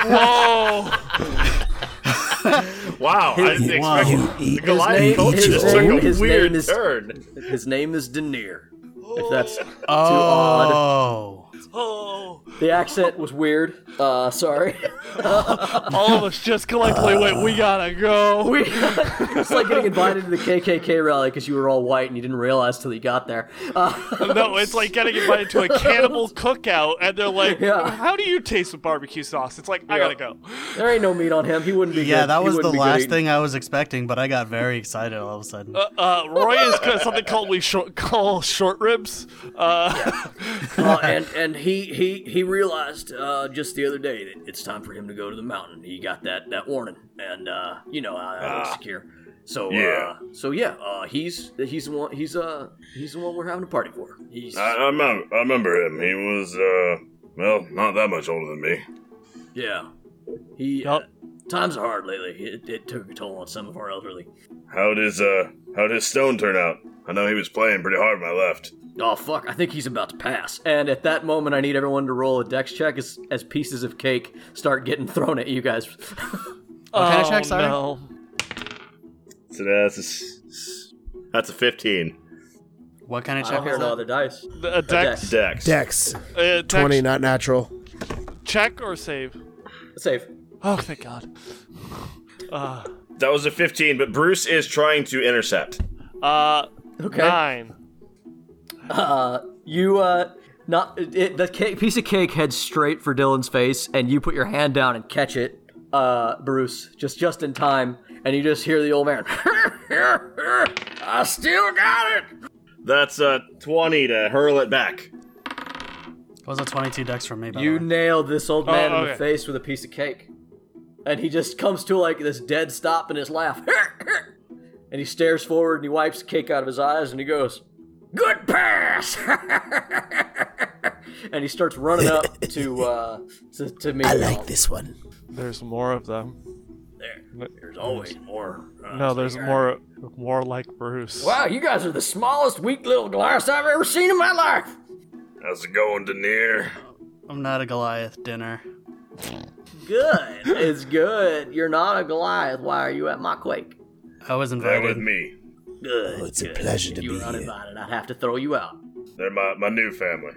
Whoa! Wow, I didn't Wow. expect You the eat. Goliath name- culture his just took name- a his weird name is- turn. his name is Denier. If that's Oh, Oh, The accent was weird. Uh, sorry. Uh, all of us just collectively went. We gotta go. We, it's like getting invited to the KKK rally because you were all white and you didn't realize till you got there. Uh, No, it's like getting invited to a cannibal cookout, and they're like, Yeah. "How do you taste the barbecue sauce?" It's like, "I gotta go." there ain't no meat on him. He wouldn't be. Yeah, good. that He was the wouldn't be good last eating. thing I was expecting, but I got very excited all of a sudden. Uh, uh, Roy is good at something called we short, call short ribs. Uh, Uh, and and he he he realized uh, just the other day that it's time for him to go to the mountain. He got that that warning, and uh, you know how that looks secure. So yeah. uh, so yeah, uh, he's he's the one he's uh he's the one we're having a party for. He's I, I, remember, I remember him. He was, uh, well, not that much older than me. yeah he. Yup. Uh, Times are hard lately. It, it took a toll on some of our elderly. How does, uh, how does Stone turn out? I know he was playing pretty hard when I left. Oh fuck! I think he's about to pass. And at that moment, I need everyone to roll a dex check as, as pieces of cake start getting thrown at you guys. I oh, check, sorry? no. So that's a, s- that's a 15. What kind of I check don't is hear no that? other dice. A uh, dex, Dex. Dex, uh, dex 20, not natural. check or save. Save. Oh, thank God. Uh, That was a 15, but Bruce is trying to intercept. uh, Okay. nine. Uh, you uh, not it, the cake, piece of cake heads straight for Dylan's face, and you put your hand down and catch it, uh, Bruce, just just in time, and you just hear the old man. I still got it. That's a 20 to hurl it back. It was a 22 dex from me, by you the way. nailed this old man Oh, in the okay. face with a piece of cake, and he just comes to like this dead stop in his laugh, and he stares forward and he wipes the cake out of his eyes and he goes, "Good pass." And he starts running up to uh, to, to me. I like this one. There's more of them. There, there's always more. Uh, No, there's more, more like Bruce. Wow, you guys are the smallest, weak little glass I've ever seen in my life. How's it going, Denier? I'm not a Goliath dinner. good. It's good. You're not a Goliath. Why are you at my quake? I was They're invited. with me. Good. Oh, it's a good. pleasure to If you be were here. uninvited, I'd have to throw you out. They're my, my new family.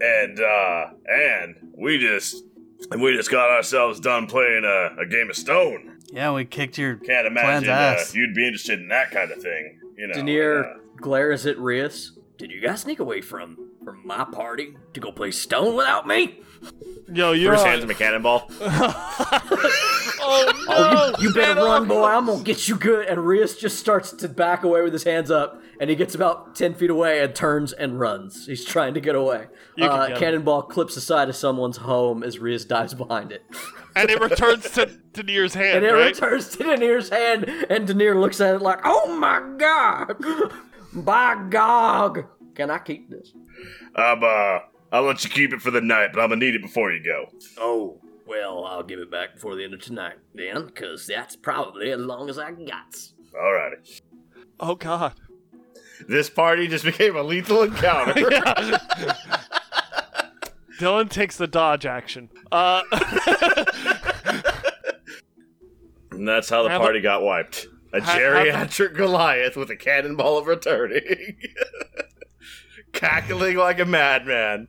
And, uh, and we just, and we just got ourselves done playing a, a game of Stone. Yeah, we kicked your Can't plan's imagine uh, ass. you'd be interested in that kind of thing. You know, Denier and, uh, glares at Rius. Did you guys sneak away from from my party to go play stone without me? Yo, you're Bruce on- hands him a cannonball. Oh no! You better Get run, off. boy. I'm gonna get you good. And Rius just starts to back away with his hands up, and he gets about ten feet away and turns and runs. He's trying to get away. can Uh, get him. cannonball clips the side of someone's home as Rius dives behind it, And it returns to Denier's hand, and it right? returns to Denier's hand. And Denier looks at it like, "Oh my god, by gog, can I keep this?" I'm, uh, I'll let you keep it for the night, but I'm gonna need it before you go. Oh, well, I'll give it back before the end of tonight then, because that's probably as long as I got. Alrighty. oh God. This party just became a lethal encounter. Dylan takes the dodge action. Uh, And that's how the Have a- party got wiped. A Ha- have- geriatric Goliath with a cannonball of returning. Cackling like a madman.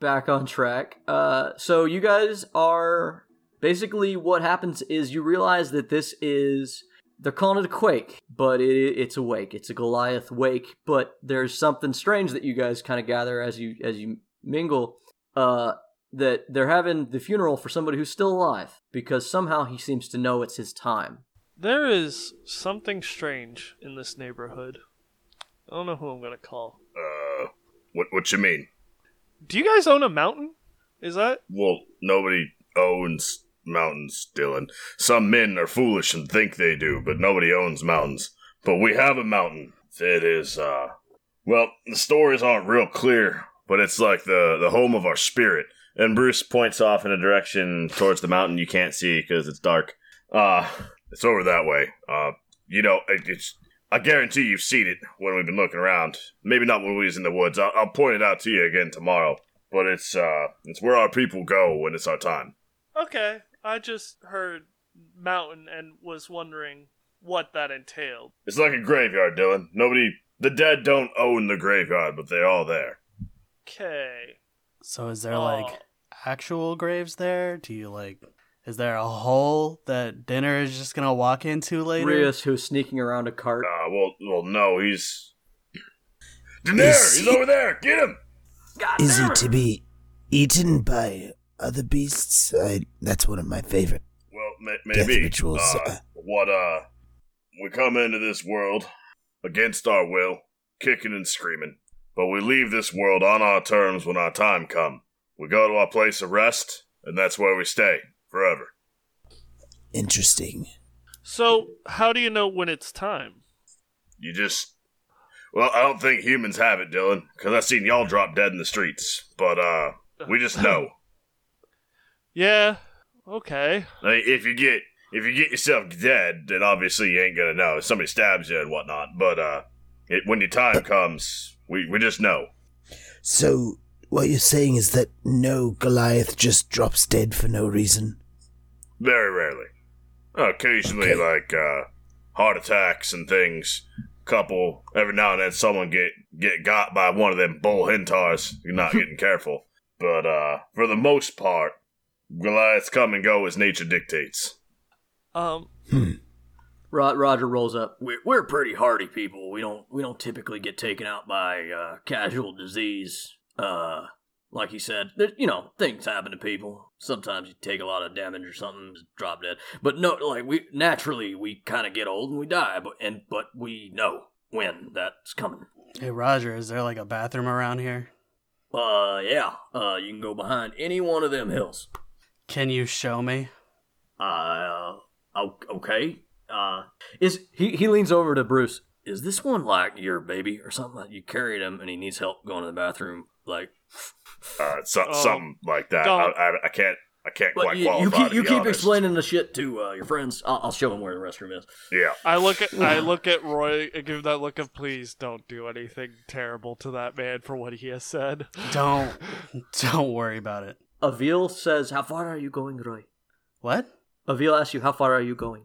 back on track. Uh, so you guys are basically what happens is you realize that this is they're calling it a quake, but it, it's a wake. It's a Goliath wake, but there's something strange that you guys kind of gather as you as you mingle. Uh, that they're having the funeral for somebody who's still alive because somehow he seems to know it's his time. there is something strange in this neighborhood. I don't know who I'm gonna call. Uh, what, what you mean? Do you guys own a mountain? Is that? Well, nobody owns mountains, Dylan. Some men are foolish and think they do, but nobody owns mountains. But we have a mountain. It is, uh, well, the stories aren't real clear, but it's like the, the home of our spirit. And Bruce points off in a direction towards the mountain you can't see because it's dark. Uh, it's over that way. Uh, you know, it, it's, I guarantee you've seen it when we've been looking around. Maybe not when we was in the woods. I'll, I'll point it out to you again tomorrow but it's uh it's where our people go when it's our time. Okay, I just heard mountain and was wondering what that entailed. It's like a graveyard, Dylan. Nobody the dead don't own the graveyard, but they're all there. Okay. So is there Oh. like actual graves there? Do you like is there a hole that dinner is just gonna walk into later? Rius, who's sneaking around a cart. Uh, well, well, no, he's. Is Daenerys, he's he- over there. Get him. Is it to be eaten by other beasts? I, that's one of my favorite. Well, may- Death maybe. rituals, uh, uh, what? Uh, we come into this world against our will, kicking and screaming, but we leave this world on our terms when our time come. We go to our place of rest, and that's where we stay forever. Interesting. So, how do you know when it's time? You just. Well, I don't think humans have it, Dylan, because I've seen y'all drop dead in the streets. But uh, we just know. Yeah. Okay. I mean, if you get if you get yourself dead, then obviously you ain't gonna know. If somebody stabs you and whatnot, but uh, it, when your time comes, we we just know. So, what you're saying is that no Goliath just drops dead for no reason? Very rarely. Occasionally, Okay. like uh, heart attacks and things. Couple every now and then, someone get get got by one of them bull hentars. You're not getting careful, but uh, for the most part, Goliaths come and go as nature dictates. Um. Hmm. Ro- Roger rolls up. We're, we're pretty hardy people. We don't we don't typically get taken out by uh, casual disease. Uh, like he said, there, you know things happen to people. Sometimes you take a lot of damage or something, just drop dead. But no, like we naturally we kind of get old and we die. But and but we know when that's coming. Hey Roger, is there like a bathroom around here? Uh, yeah. Uh, you can go behind any one of them hills. Can you show me? Uh, o- okay. Uh, Is he? He leans over to Bruce. is this one like your baby or something? Like you carried him and he needs help going to the bathroom. Like, Uh, so, Oh, something like that. I, don't. I, I can't. I can't but quite you, qualify. you keep to you be keep honest. explaining the shit to uh, your friends. I'll, I'll show them where the restroom is. Yeah. I look at I look at Roy and give him that look of please don't do anything terrible to that man for what he has said. Don't don't worry about it. Avil says, "How far are you going, Roy?" What? Avil asks you, "How far are you going?"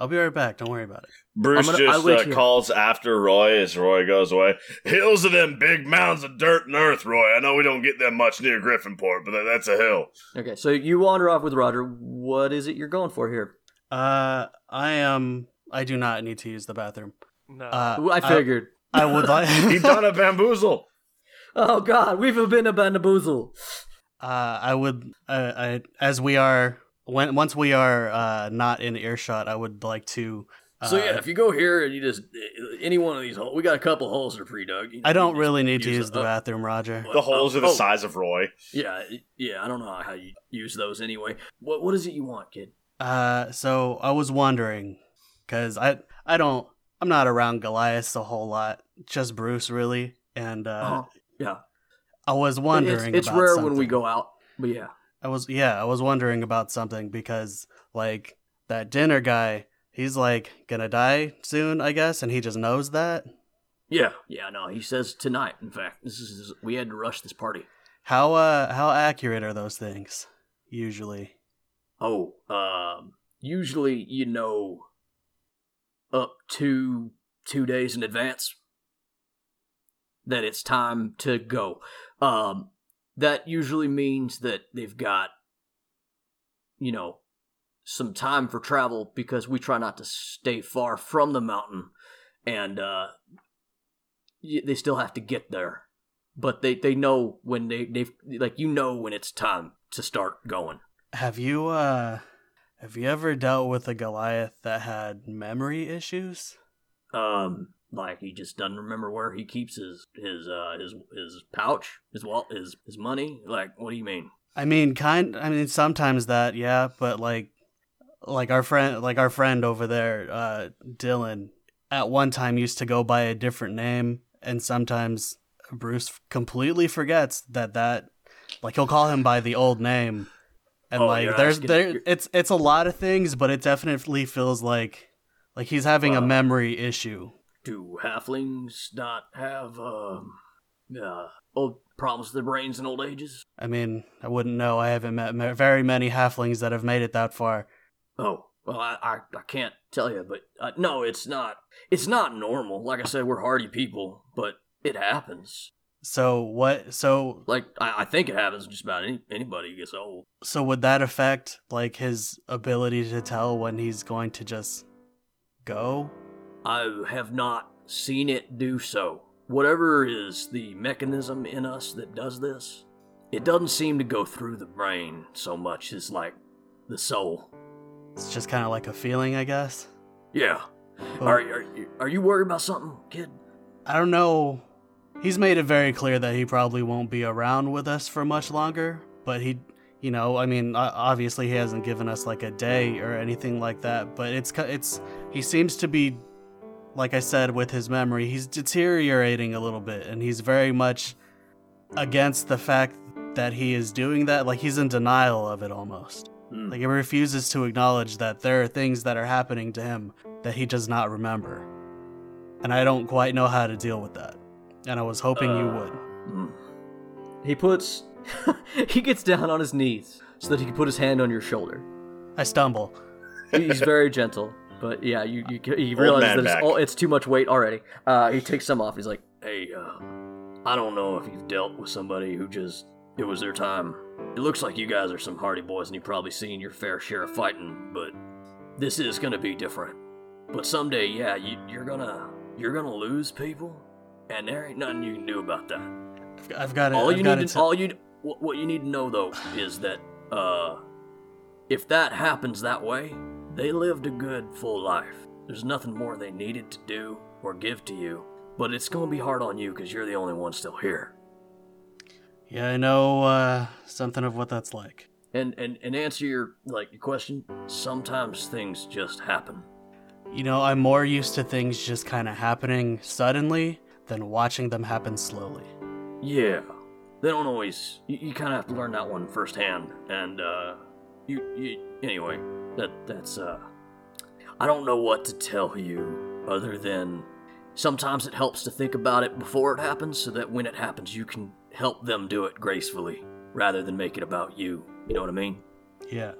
I'll be right back, don't worry about it. Bruce I'm gonna- I'll just wait uh, here. calls after Roy as Roy goes away. Hills of them big mounds of dirt and earth, Roy. I know we don't get that much near Griffinport, but tha- that's a hill. Okay, so you wander off with Roger. What is it you're going for here? Uh I am I do not need to use the bathroom. No. Uh I figured. I, I would He like done a bamboozle. Oh God, we've been a bamboozle. Uh, I would, uh, I, as we are, when once we are uh, not in earshot, I would like to. Uh, So yeah, if you go here and you just uh, any one of these holes, we got a couple holes that are pre-dug. You- I don't you really need just to use the up- bathroom, Roger. What? The holes are the Oh. size of Roy. Yeah, yeah. I don't know how you use those anyway. What what is it you want, kid? Uh, so I was wondering, cause I, I don't, I'm not around Goliath a whole lot, just Bruce really, and uh, Oh, yeah. I was wondering. Uh-huh. it's about rare when we something. Go out, but yeah. I was yeah, I was wondering about something because like that dinner guy, he's like gonna die soon, I guess, and he just knows that. Yeah, yeah, no. He says tonight. In fact, this is we had to rush this party. How uh how accurate are those things usually? Oh, um, usually you know up to two days in advance that it's time to go. Um, that usually means that they've got, you know, some time for travel because we try not to stay far from the mountain, and uh, y- they still have to get there. But they, they know when they they've like you know when it's time to start going. Have you uh have you ever dealt with a Goliath that had memory issues? Um, like he just doesn't remember where he keeps his his uh his his pouch, his wall, his his money. Like, what do you mean? I mean kind I mean sometimes that, yeah, but like like our friend like our friend over there, uh Dylan at one time used to go by a different name and sometimes Bruce completely forgets that that like he'll call him by the old name and Oh, like you're there's asking- there you're- it's it's a lot of things but it definitely feels like like he's having a Wow. memory issue Do halflings not have um uh old problems with their brains in old ages? I mean, I wouldn't know. I haven't met ma- very many halflings that have made it that far. Oh, well, I I, I can't tell you, but uh, no, it's not it's not normal. Like I said, we're hardy people, but it happens. So what? So Like I, I think it happens to just about any, anybody who gets old. so would that affect like his ability to tell when he's going to just go? I have not seen it do so. Whatever is the mechanism in us that does this, it doesn't seem to go through the brain so much as like the soul. It's just kind of like a feeling, I guess. Yeah. But Are, are, you- are you worried about something, kid? I don't know. He's made it very clear that he probably won't be around with us for much longer, but he, you know, I mean, o- obviously he hasn't given us like a day or anything like that, but it's ki- it's he seems to be like I said with his memory, he's deteriorating a little bit and he's very much against the fact that he is doing that, like he's in denial of it almost. Hmm. Like he refuses to acknowledge that there are things that are happening to him that he does not remember and I don't quite know how to deal with that. And I was hoping you would. Mm. Uh, hmm. He puts. he gets down on his knees so that he can put his hand on your shoulder. I stumble. He's very gentle, but yeah, you you, you Old realize man that it's, back. all, it's too much weight already. Uh, he takes some off. He's like, Hey, uh, I don't know if you've dealt with somebody who just, it was their time. It looks like you guys are some hardy boys and you've probably seen your fair share of fighting, but this is gonna be different. But someday, yeah, you, you're gonna, you're gonna lose people, and there ain't nothing you can do about that. I've, I've got it. all I've you got need it to, to- all you, what, what you need to know though is that, uh, if that happens that way, they lived a good, full life. There's nothing more they needed to do or give to you, but it's gonna be hard on you because you're the only one still here. yeah, I know uh, something of what that's like. And and and answer your like your question. Sometimes things just happen. You know, I'm more used to things just kind of happening suddenly than watching them happen slowly. Yeah, they don't always. You, you kind of have to learn that one firsthand. And uh, you you anyway. That that's uh, I don't know what to tell you other than sometimes it helps to think about it before it happens, so that when it happens, you can help them do it gracefully rather than make it about you. You know what I mean? Yeah.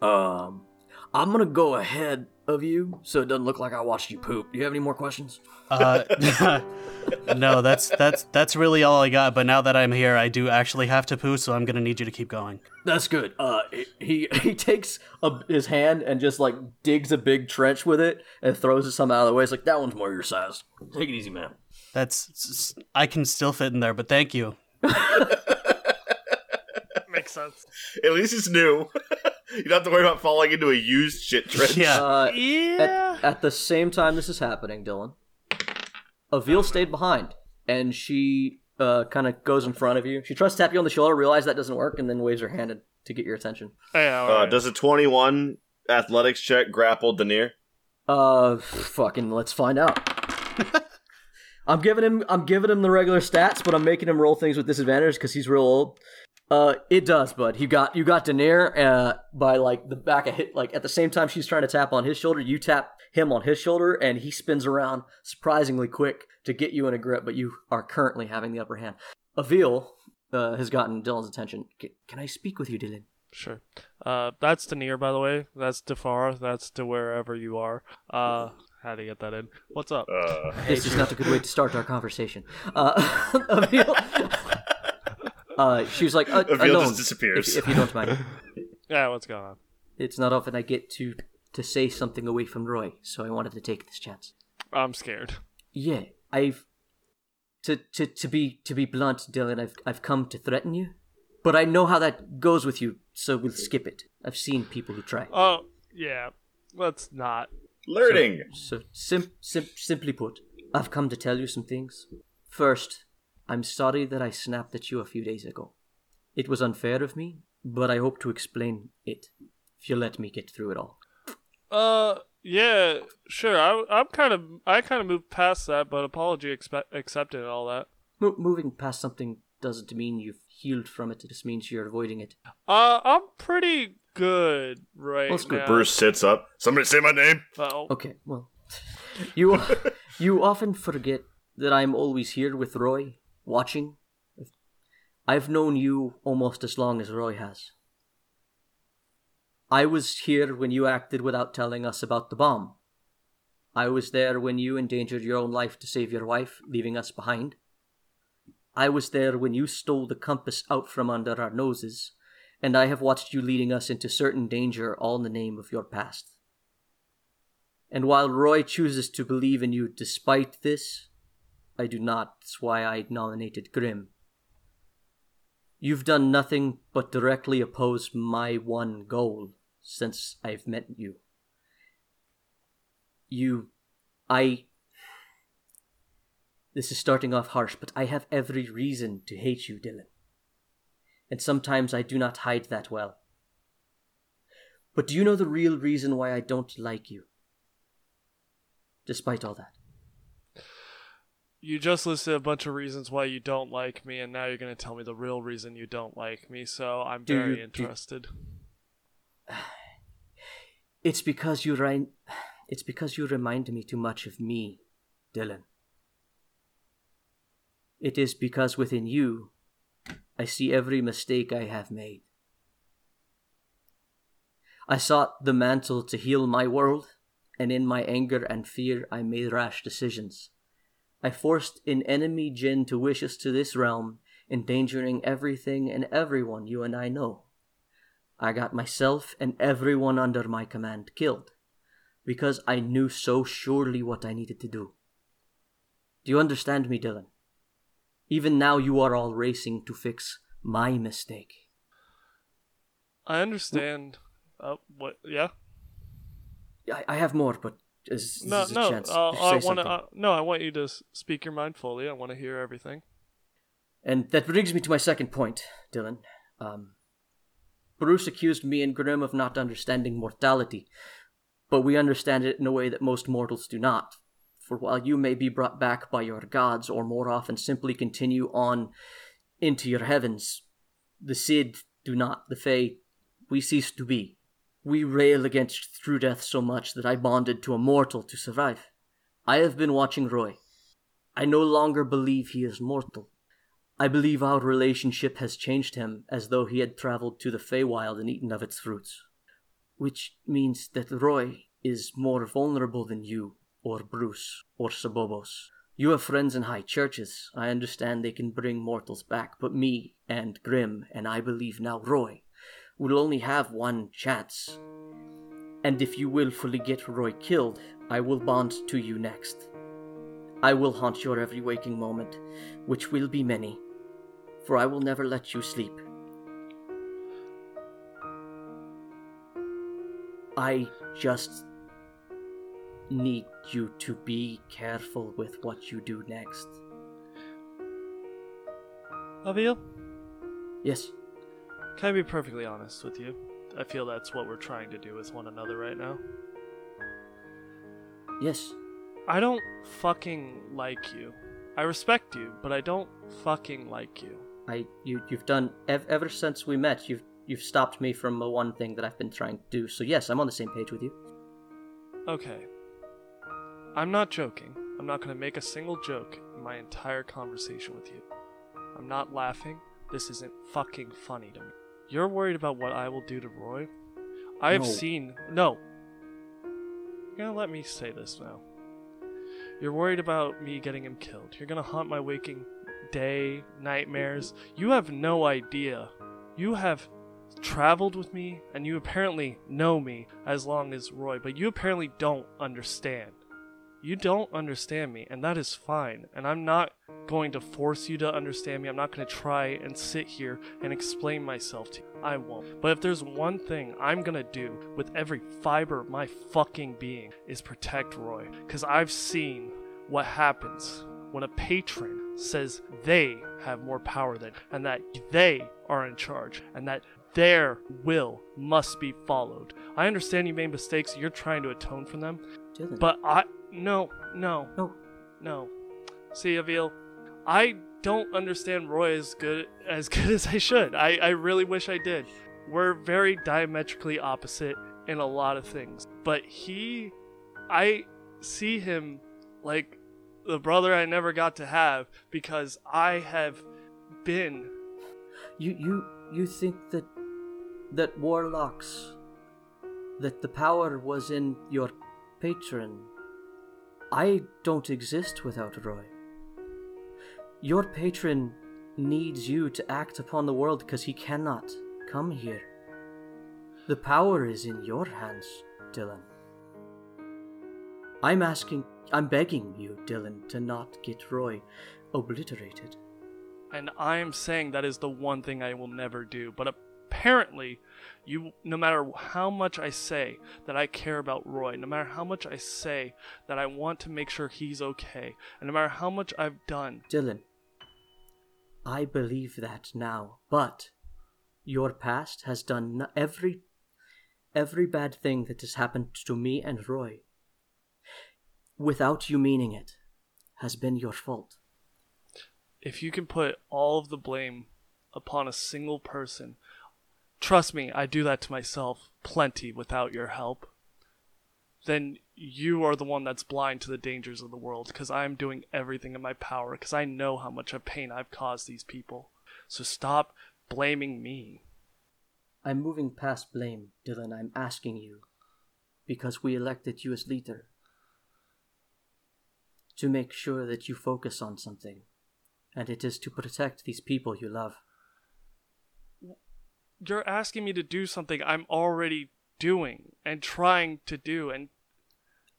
Um, I'm gonna go ahead of you so it doesn't look like I watched you poop. Do you have any more questions? Uh, no, that's that's that's really all I got. But now that I'm here, I do actually have to poo, so I'm gonna need you to keep going. That's good. Uh, he he takes a, his hand and just like digs a big trench with it and throws it some out of the way. It's like that that one. one's more your size. Take it easy, man. That's s- s- I can still fit in there, but thank you. Makes sense. At least it's new. you don't have to worry about falling into a used shit trench. Yeah. Uh, Yeah. at, at the same time this is happening, Dylan, Avil stayed behind and she uh, kind of goes in front of you. She tries to tap you on the shoulder, realizes that doesn't work, and then waves her hand to get your attention. Yeah, all Uh, right. does a 21 athletics check grapple Denier? Uh, fucking, let's find out. I'm giving him, I'm giving him the regular stats, but I'm making him roll things with disadvantage because he's real old. Uh, it does, bud. You got, you got Daenerys, uh, by like the back of hit, like at the same time she's trying to tap on his shoulder, you tap him on his shoulder, and he spins around surprisingly quick to get you in a grip, but you are currently having the upper hand. Avil, uh, has gotten Dylan's attention. C- can I speak with you, Dylan? Sure. Uh, that's Denier, by the way. That's Defar. That's to wherever you are. Uh, how do you get that in? What's up? Uh, This is not a good way to start our conversation. Uh, Avil, uh, she was like, uh, Avil alone, just disappears. If, if you don't mind, yeah, what's going on? it's not often I get to to say something away from Roy, so I wanted to take this chance. I'm scared. Yeah, I've to to to be to be blunt, Dylan. I've I've come to threaten you, but I know how that goes with you, so we'll skip it. I've seen people who try. Oh, yeah. Let's not. learning. So sim- sim- simply put, I've come to tell you some things. First, I'm sorry that I snapped at you a few days ago. It was unfair of me, but I hope to explain it if you let me get through it all. Uh, yeah, sure. I, I'm kind of, I kind of moved past that, but apology expe- accepted and all that. Mo- moving past something doesn't mean you've healed from it. It just means you're avoiding it. Uh, I'm pretty good right That's good. now. Bruce sits up. Somebody say my name. Well, Okay, well, you you often forget that I'm always here with Roy, watching. I've known you almost as long as Roy has. I was here when you acted without telling us about the bomb. I was there when you endangered your own life to save your wife, leaving us behind. I was there when you stole the compass out from under our noses, and I have watched you leading us into certain danger all in the name of your past. And while Roy chooses to believe in you despite this, I do not. That's why I nominated Grimm. You've done nothing but directly oppose my one goal since I've met you. You. I. This is starting off harsh, but I have every reason to hate you, Dylan. And sometimes I do not hide that well. But do you know the real reason why I don't like you? Despite all that. You just listed a bunch of reasons why you don't like me, and now you're going to tell me the real reason you don't like me, so I'm Do very you- do- interested. It's because you ri- it's because you remind me too much of me, Dylan. It is because within you I see every mistake I have made. I sought the mantle to heal my world, and in my anger and fear I made rash decisions. I forced an enemy Jinn to wish us to this realm, endangering everything and everyone you and I know. I got myself and everyone under my command killed because I knew so surely what I needed to do. Do you understand me, Dylan? Even now, you are all racing to fix my mistake. I understand. Uh, what? Yeah. I, I have more, but is, No, this is a no. chance Uh, to I say want to. something. Uh, no, I want you to s- speak your mind fully. I want to hear everything. And that brings me to my second point, Dylan. Um, Bruce accused me and Grimm of not understanding mortality, but we understand it in a way that most mortals do not. For while you may be brought back by your gods, or more often simply continue on into your heavens, the Sid do not, the Fae, we cease to be. We rail against true death so much that I bonded to a mortal to survive. I have been watching Roy. I no longer believe he is mortal. I believe our relationship has changed him as though he had traveled to the Feywild and eaten of its fruits. Which means that Roy is more vulnerable than you, or Bruce, or Sabobos. You have friends in high churches. I understand they can bring mortals back, but me and Grim, and I believe now Roy, will only have one chance. And if you willfully get Roy killed, I will bond to you next. I will haunt your every waking moment, which will be many, for I will never let you sleep. I just need you to be careful with what you do next. Avil, Yes, can I be perfectly honest with you? I feel that's what we're trying to do with one another right now. yes, I don't fucking like you. I respect you, but I don't fucking like you. I you you've done ev- ever since we met. You've you've stopped me from the one thing that I've been trying to do. So yes, I'm on the same page with you. Okay. I'm not joking. I'm not going to make a single joke in my entire conversation with you. I'm not laughing. This isn't fucking funny to me. You're worried about what I will do to Roy? I have No. seen. No. You're going to let me say this now. You're worried about me getting him killed. You're going to haunt my waking day, nightmares. You have no idea. You have traveled with me, and you apparently know me as long as Roy, but you apparently don't understand. You don't understand me, and that is fine. And I'm not going to force you to understand me. I'm not going to try and sit here and explain myself to you. I won't. But if there's one thing I'm going to do with every fiber of my fucking being is protect Roy. Because I've seen what happens when a patron says they have more power than and that they are in charge and that their will must be followed. I understand you made mistakes, you're trying to atone from them, Dylan. but I no, no, no, no. See, Avil, I don't understand Roy as good as good as I should. I, I really wish I did. We're very diametrically opposite in a lot of things. But he I see him like the brother I never got to have because I have been You you you think that that warlocks that the power was in your patron. I don't exist without Roy. Your patron needs you to act upon the world because he cannot come here. The power is in your hands, Dylan. I'm asking, I'm begging you, Dylan, to not get Roy obliterated. And I am saying that is the one thing I will never do. But apparently, you, no matter how much I say that I care about Roy, no matter how much I say that I want to make sure he's okay, and no matter how much I've done, Dylan, I believe that now, but your past has done n- every every bad thing that has happened to me and Roy without you meaning it has been your fault. if you can put all of the blame upon a single person, trust me, I do that to myself plenty without your help, then you are the one that's blind to the dangers of the world because I'm doing everything in my power because I know how much of pain I've caused these people. So stop blaming me. I'm moving past blame, Dylan. I'm asking you because we elected you as leader to make sure that you focus on something, and it is to protect these people you love. You're asking me to do something I'm already doing and trying to do and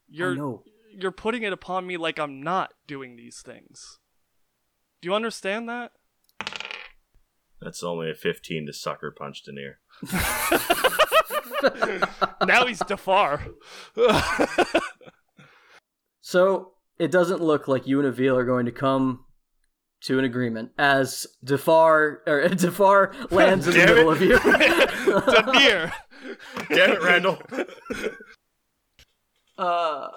you're I know. you're putting it upon me like I'm not doing these things. Do you understand that? That's only a 15 to sucker punch Denier. now he's Defar. So it doesn't look like you and Avil are going to come to an agreement as Defar or Defar lands in the Damn it. middle of you. Demir. Damn it, Randall. Uh,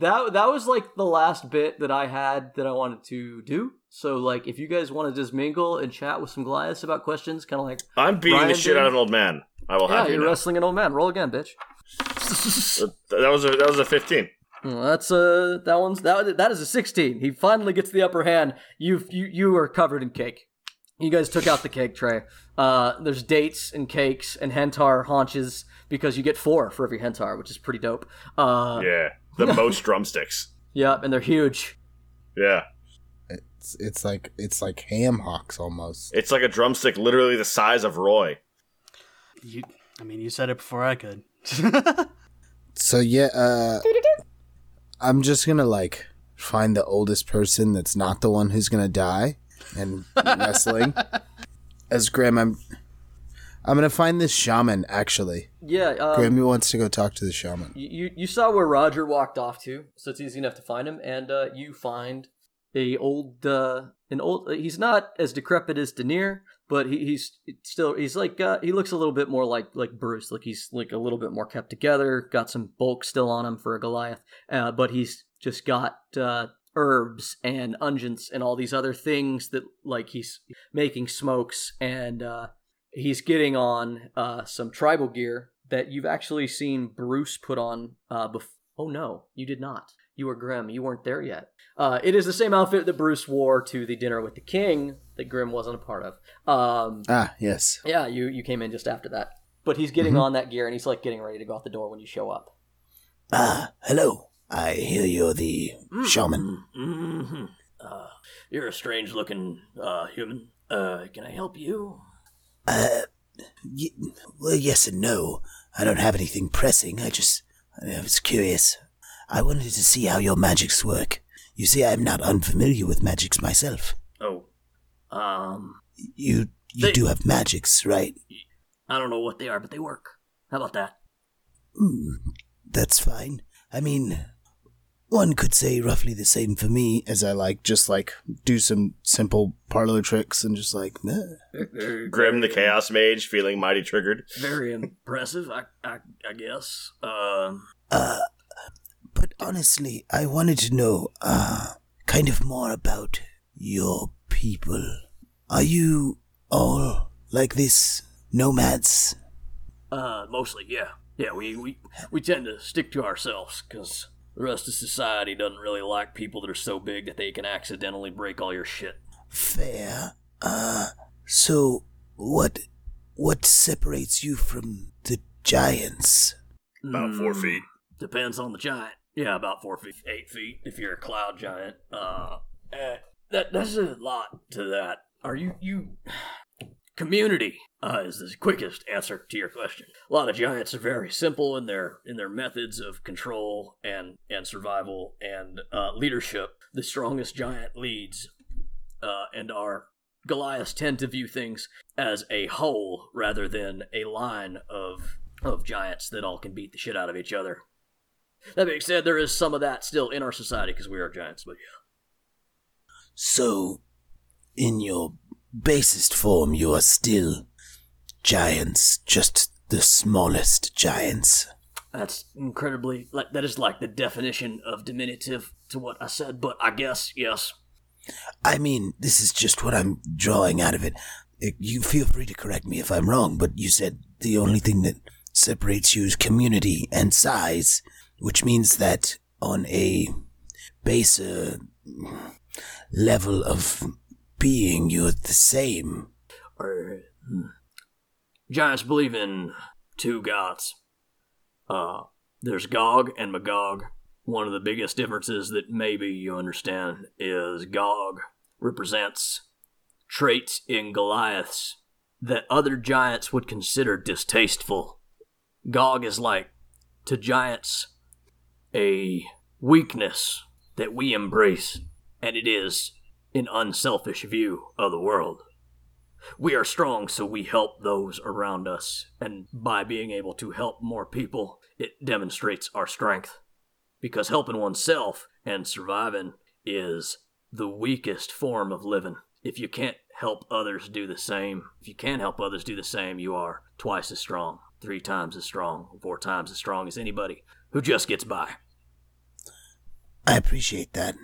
that that was like the last bit that I had that I wanted to do. So like, if you guys want to just mingle and chat with some Goliaths about questions, kind of like, I'm beating Ryan the shit did- out of an old man. I will yeah, have you you're know. wrestling an old man. Roll again, bitch. That that was a that was a 15. Mm, That's a that one's that that is a sixteen. He finally gets the upper hand. You you you are covered in cake. You guys took out the cake tray. Uh, there's dates and cakes and hentar haunches because you get four for every hentar, which is pretty dope. Uh, Yeah, the most drumsticks. Yep, and they're huge. Yeah, It's, it's like it's like ham hocks almost. it's like a drumstick, literally the size of Roy. You, I mean, you said it before I could. So yeah, uh, I'm just gonna like find the oldest person that's not the one who's gonna die and wrestling. As Graham, I'm I'm gonna find this shaman actually. Yeah, um, Graham wants to go talk to the shaman. you you saw where Roger walked off to, so it's easy enough to find him. And uh, you find a old uh, an old. He's not as decrepit as Denier, but he, he's still he's like uh, he looks a little bit more like like Bruce. Like he's like a little bit more kept together. Got some bulk still on him for a Goliath, uh, but he's just got. Uh, herbs and unguents and all these other things that like he's making smokes and uh he's getting on uh, some tribal gear that you've actually seen Bruce put on. Uh, bef- oh no, you did not. You were Grim. You weren't there yet. Uh, it is the same outfit that Bruce wore to the dinner with the king that Grim wasn't a part of. Um, Ah, yes. yeah, you you came in just after that. But he's getting Mm-hmm. on that gear and he's like getting ready to go out the door when you show up. Ah, hello. I hear you're the shaman. hmm Uh, you're a strange looking uh, human. Uh, can I help you? Uh, y- well, yes and no. I don't have anything pressing. I just, I was curious. I wanted to see how your magics work. You see, I'm not unfamiliar with magics myself. Oh, um, You, you They- do have magics, right? I don't know what they are, but they work. How about that? Hmm, that's fine. I mean, one could say roughly the same for me. As I like just like do some simple parlor tricks and just like meh. Grim the Chaos Mage, feeling mighty triggered. Very impressive, I, I, I guess. Um, Uh, but honestly, I wanted to know, uh, kind of more about your people. Are you all like this? Nomads? uh, mostly, yeah, yeah. We we we tend to stick to ourselves because the rest of society doesn't really like people that are so big that they can accidentally break all your shit. Fair. Uh, so what, what separates you from the giants? About four Mm. feet. Depends on the giant. Yeah, about four feet, eight feet if you're a cloud giant. Uh, eh, that that's a lot to that. Are you you community uh, is the quickest answer to your question. A lot of giants are very simple in their in their methods of control and and survival and uh, leadership. The strongest giant leads, uh, and our Goliaths tend to view things as a whole rather than a line of of giants that all can beat the shit out of each other. That being said, there is some of that still in our society because we are giants, but yeah. So, in your basest form, you are still giants, just the smallest giants. That's incredibly like that is like the definition of diminutive to what I said, but I guess yes. I mean, this is just what I'm drawing out of it. Uh, You feel free to correct me if I'm wrong, but you said the only thing that separates you is community and size, which means that on a baser level of being, you're the same. Or hmm. giants believe in two gods. Uh there's Gog and Magog. One of the biggest differences that maybe you understand is Gog represents traits in Goliaths that other giants would consider distasteful. Gog is like to giants a weakness that we embrace, and it is an unselfish view of the world. We are strong, so we help those around us, and by being able to help more people, it demonstrates our strength. Because helping oneself and surviving is the weakest form of living. If you can't help others do the same, if you can help others do the same, you are twice as strong, three times as strong, four times as strong as anybody who just gets by. I appreciate that.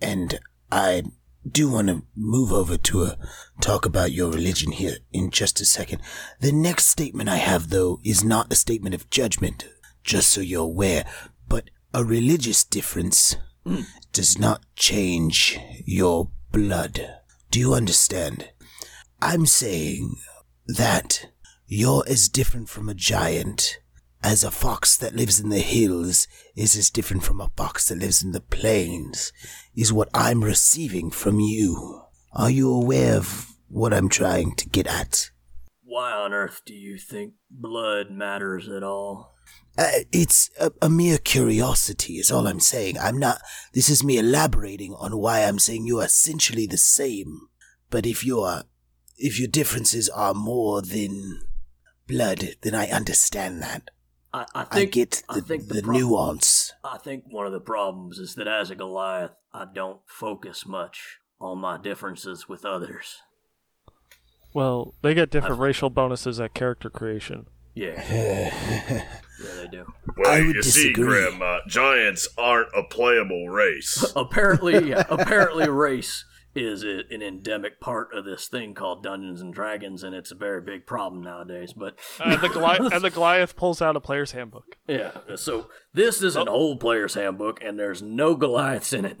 And I do want to move over to a talk about your religion here in just a second. The next statement I have, though, is not a statement of judgment, just so you're aware, but a religious difference Hmm. does not change your blood. Do you understand? I'm saying that you're as different from a giant as a fox that lives in the hills is as different from a fox that lives in the plains, is what I'm receiving from you. Are you aware of what I'm trying to get at? Why on earth do you think blood matters at all? Uh, it's a, a mere curiosity, is all I'm saying. I'm not. This is me elaborating on why I'm saying you are essentially the same. But if you are, if your differences are more than blood, then I understand that. I, I I, think get the, I think the, the problem- nuance. I think one of the problems is that as a Goliath, I don't focus much on my differences with others. Well, they get different racial bonuses at character creation. Yeah. yeah, they do. Well, I you would see, disagree. Grim, uh, giants aren't a playable race. Apparently, yeah, apparently, race is a, an endemic part of this thing called Dungeons and Dragons, and it's a very big problem nowadays. But And Uh, the, Goli- and the Goliath pulls out a player's handbook. yeah, so this is Oh. an old player's handbook, and there's no Goliaths in it.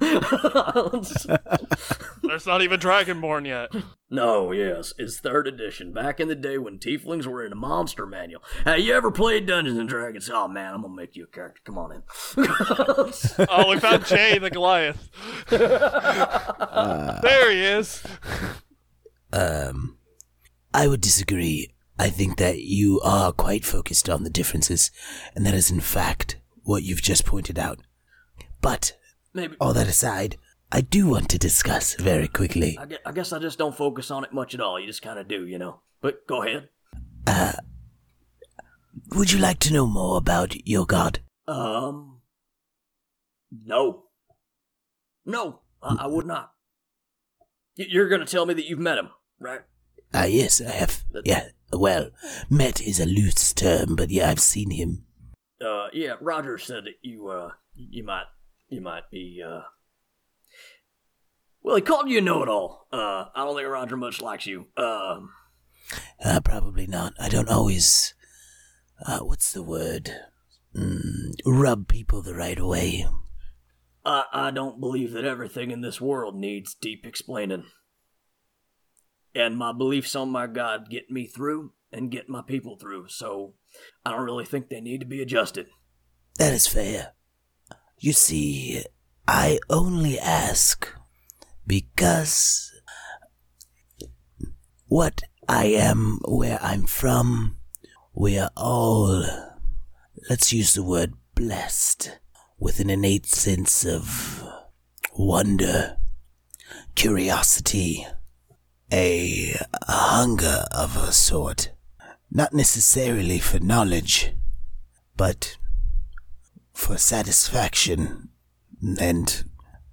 There's not even Dragonborn yet. No, yes, it's third edition. Back in the day when tieflings were in the monster manual. Have you ever played Dungeons and Dragons? Oh man, I'm gonna make you a character. Come on in. Oh, we found Jay the Goliath. there he is. Um, I would disagree. I think that you are quite focused on the differences, and that is in fact what you've just pointed out. But Maybe all that aside, I do want to discuss very quickly. I, gue- I guess I just don't focus on it much at all. You just kind of do, you know. But go ahead. Would you like to know more about your god? Um, no, no, I, I would not. Y- You're gonna tell me that you've met him, right? Ah, yes, I have. Yeah, well, met is a loose term, but yeah, I've seen him. uh yeah roger said that you uh you might you might be uh well he called you a know-it-all uh i don't think roger much likes you um Uh, probably not. I don't always. Uh, what's the word? Mm, rub people the right way. i i don't believe that everything in this world needs deep explaining and my beliefs on my god get me through and get my people through so i don't really think they need to be adjusted That is fair. You see, I only ask because what I am, where I'm from, we are all, let's use the word blessed, with an innate sense of wonder, curiosity, a, a hunger of a sort. Not necessarily for knowledge, but for satisfaction and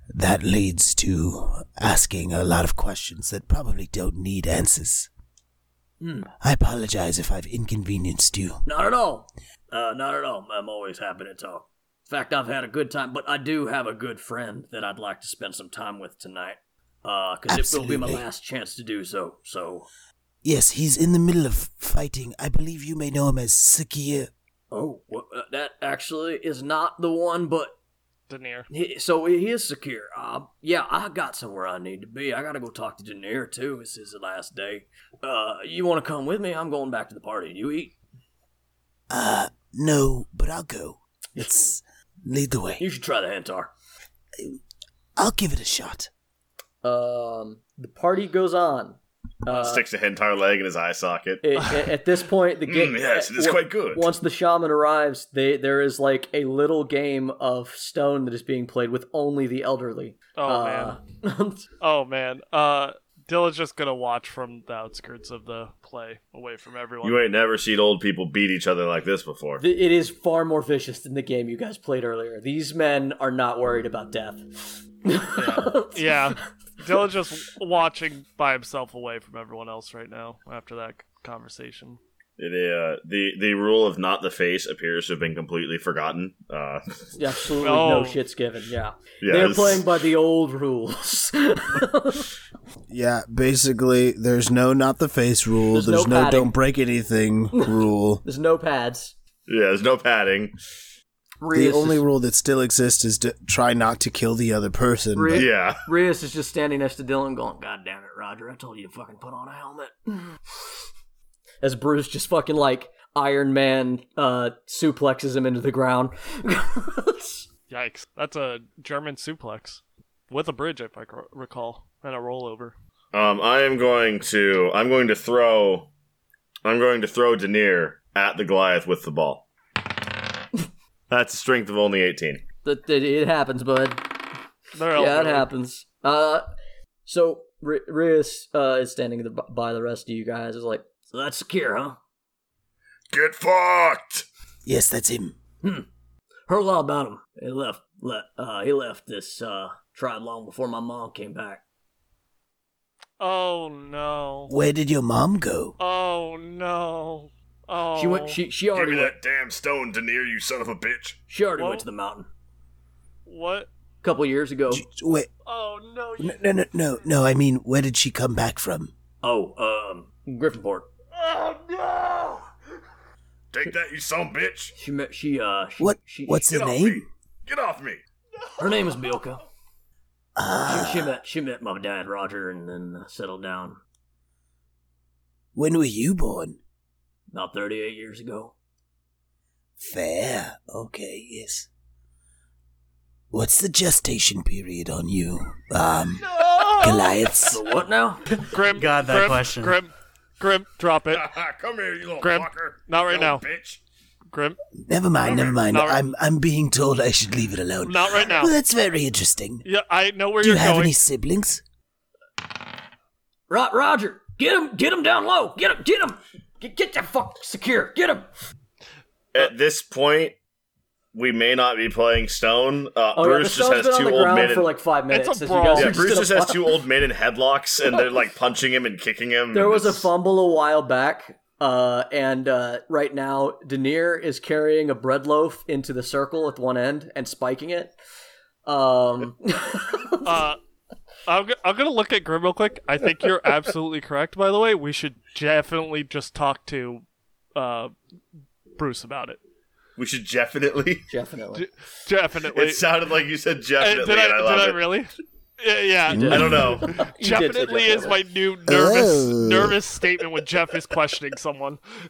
that leads to asking a lot of questions that probably don't need answers. Hmm. I apologize if I've inconvenienced you. Not at all. Uh, not at all. I'm always happy to talk. In fact, I've had a good time, but I do have a good friend that I'd like to spend some time with tonight. Because it will be my Absolutely. last chance to do so. So, Yes, he's in the middle of fighting. I believe you may know him as Sakir. oh, wha- uh, that actually is not the one, but Denier. he, so he is secure. Uh, yeah, I got somewhere I need to be. I gotta go talk to Denier too. This is the last day. Uh, you want to come with me? I'm going back to the party. You eat. Uh, no, but I'll go. Let's lead the way. You should try the Antar. I'll give it a shot. Um, the party goes on. Uh, Sticks a hentar leg in his eye socket. it- it- at this point, the game. Mm, yes, it is uh, quite good. Once the shaman arrives, they, there is like a little game of stone that is being played with only the elderly. Uh, Oh Uh, man. man. Oh man. Uh, Dilla's just gonna watch from the outskirts of the play, away from everyone. You ain't never seen old people beat each other like this before. Th- It is far more vicious than the game you guys played earlier. These men are not worried about death. yeah. Dilla's just watching by himself, away from everyone else right now. After that conversation. The, uh, the the rule of not the face appears to have been completely forgotten. Uh, Absolutely Oh. no shit's given. Yeah. yeah, They're it's- playing by the old rules. Yeah, basically, there's no not the face rule. There's There's, no no, padding. don't break anything rule. There's no pads. Yeah, there's no padding. the Rius only is, rule that still exists is to try not to kill the other person. but- Really? Yeah. Rius is just standing next to Dylan going, God. God damn it, Roger. I told you to fucking put on a helmet. As Bruce just fucking like Iron Man uh, suplexes him into the ground. Yikes. That's a German suplex with a bridge, if I c- recall, and a rollover. Um, I am going to I'm going to throw I'm going to throw Denier at the Goliath with the ball. That's a strength of only 18. that, that it happens, bud. They're yeah, it elderly. happens. Uh, so R- Rius uh, is standing the, by the rest of you guys. Is like, So that's secure, huh? Get fucked. Yes, that's him. Heard a lot about him. He left. Le- uh, he left this uh, tribe long before my mom came back. Oh no. Where did your mom go? Oh no. Oh. She went. She she already went, damn stone, Denier, you son of a bitch. she already Whoa. went to the mountain What? a couple years ago. J- Wait, Oh no. You... no, no, no, no, no, I mean, where did she come back from? Oh, um, Griffinport. Oh no. Take that, you son bitch. She met. She uh. She, What? She, What's the name? Get off me. her name is Bilka. Ah, She, she met. She met my dad, Roger, and then uh, settled down when were you born? about thirty-eight years ago. Fair. Okay, yes. What's the gestation period on you? Um, Goliaths? So what now? Grim. God, that Grim, question. Grim. Grim. Drop it. Ah, Come here, you little Grim, not right you now. little Bitch. Grim. Never mind, never mind. Not- I'm I'm being told I should leave it alone. Not right now. Well, that's very interesting. Yeah, I know where Do you are have going. any siblings? Ro- Roger, get him. Get him down low. Get him. Get him. Get, get that fuck secure. Get him. Uh, At this point, we may not be playing stone. Uh, oh, Bruce yeah, just the has has been two on the old ground men. for in- like five minutes. a as you brawl. guys Yeah, are yeah, Bruce in a just has fu- two old men in headlocks, and they're like punching him and kicking Mm, him. There and was a it's- fumble a while back, uh, and uh, right now Denier is carrying a bread loaf into the circle at one end and spiking it. Um, Uh, I'm, go- I'm gonna look at Grim real quick. I think you're absolutely correct. By the way, we should definitely just talk to uh, Bruce about it. We should definitely. definitely. Definitely. It sounded like you said Uh, definitely, did I, and I love did it. I really? Yeah, yeah. I don't know. You did say Definitely is definitely. my new nervous Oh. nervous statement when Jeff is questioning someone.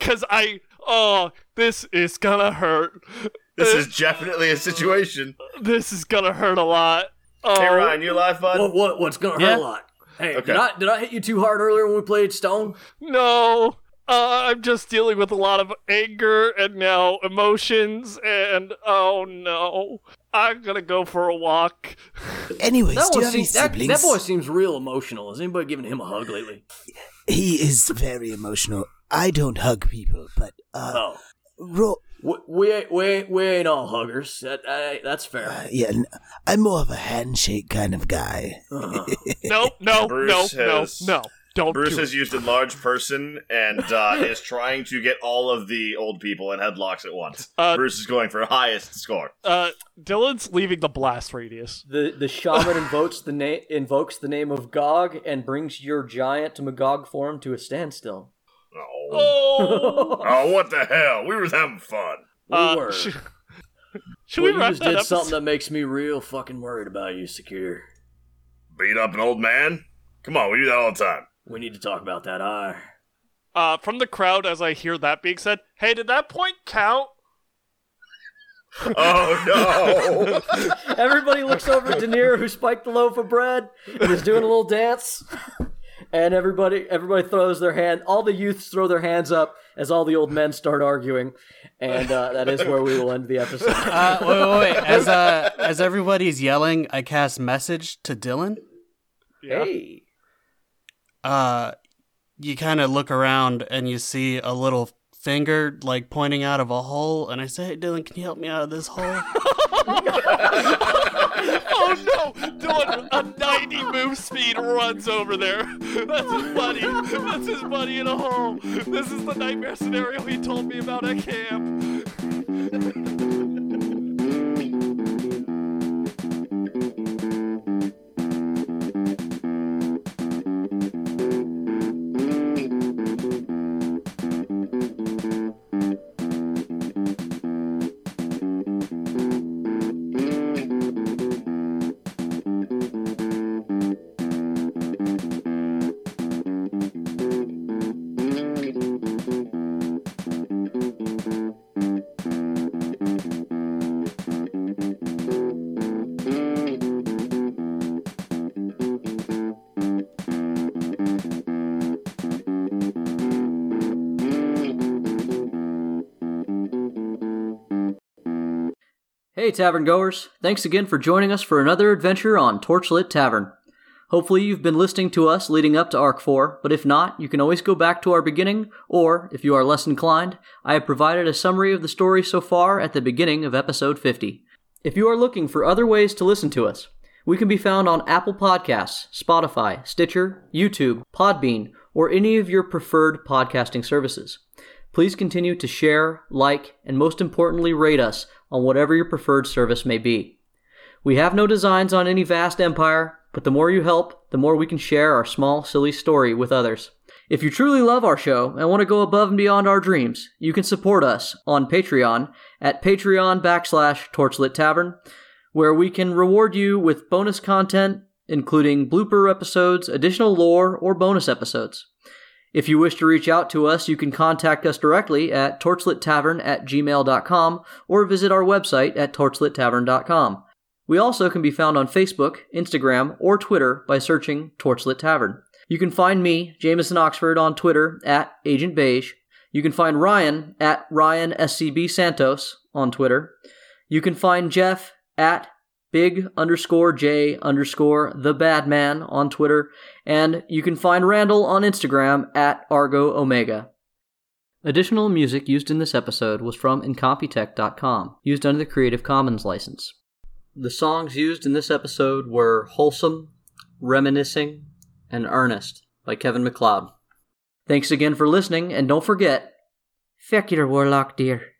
Cause I oh this is gonna hurt. This is definitely a situation. This is gonna hurt a lot. Oh, Hey Ryan, you alive, bud? What, what what's gonna Yeah. hurt a lot? Hey, Okay. did I did I hit you too hard earlier when we played Stone? no. Uh, I'm just dealing with a lot of anger and now emotions, and oh no. I'm gonna go for a walk. Anyways, That, do one you have any seems, that, siblings? that boy seems real emotional. Has anybody given him a hug lately? He is very emotional. I don't hug people, but uh, Oh, Ro- we we ain't, we ain't, we ain't all huggers. That, that- that's fair. uh, yeah, n- I'm more of a handshake kind of guy. Uh-huh. No, no, no, Bruce has- no, no. Don't Bruce do has it. used a large person and uh, is trying to get all of the old people in headlocks at once. Uh, Bruce is going for highest score. Uh, Dylan's leaving the blast radius. The the shaman invokes the name invokes the name of Gog and brings your giant to Magog form to a standstill. Oh, Oh, oh what the hell? We were having fun. We Uh, were. sh- should we Well, you wrap just that did up? something that makes me real fucking worried about you, Secure. Beat up an old man? Come on, we do that all the time. We need to talk about that. I uh, from the crowd as I hear that being said. Hey, did that point count? Oh no! Everybody looks over at De Niro who spiked the loaf of bread and is doing a little dance. And everybody everybody throws their hand all the youths throw their hands up as all the old men start arguing. And uh, that is where we will end the episode. Uh, wait, wait, wait. As uh, as everybody's yelling, I cast message to Dylan. Hey. Uh, you kind of look around and you see a little finger like pointing out of a hole, and I say, "Hey, Dylan, can you help me out of this hole?" Oh no! Dylan, a 90 move speed runs over there. That's his buddy. That's his buddy in a hole. This is the nightmare scenario he told me about at camp. Hey, tavern goers! Thanks again for joining us for another adventure on Torchlit Tavern. Hopefully, you've been listening to us leading up to Arc 4, but if not, you can always go back to our beginning, or, if you are less inclined, I have provided a summary of the story so far at the beginning of episode 50. If you are looking for other ways to listen to us, we can be found on Apple Podcasts, Spotify, Stitcher, YouTube, Podbean, or any of your preferred podcasting services please continue to share, like, and most importantly, rate us on whatever your preferred service may be. We have no designs on any vast empire, but the more you help, the more we can share our small, silly story with others. If you truly love our show and want to go above and beyond our dreams, you can support us on Patreon at patreon backslash torchlit tavern, where we can reward you with bonus content, including blooper episodes, additional lore, or bonus episodes. If you wish to reach out to us, you can contact us directly at torchlittavern at gmail.com or visit our website at torchlittavern.com. We also can be found on Facebook, Instagram, or Twitter by searching Torchlit Tavern. You can find me, Jameson Oxford, on Twitter at Agent Beige. You can find Ryan at Ryan SCB Santos on Twitter. You can find Jeff at big underscore J underscore the bad man on Twitter, and you can find Randall on Instagram at Argo Omega. Additional music used in this episode was from Incompetech.com, used under the Creative Commons license. The songs used in this episode were Wholesome, Reminiscing, and Earnest by Kevin McLeod. Thanks again for listening, and don't forget, feck your warlock, dear.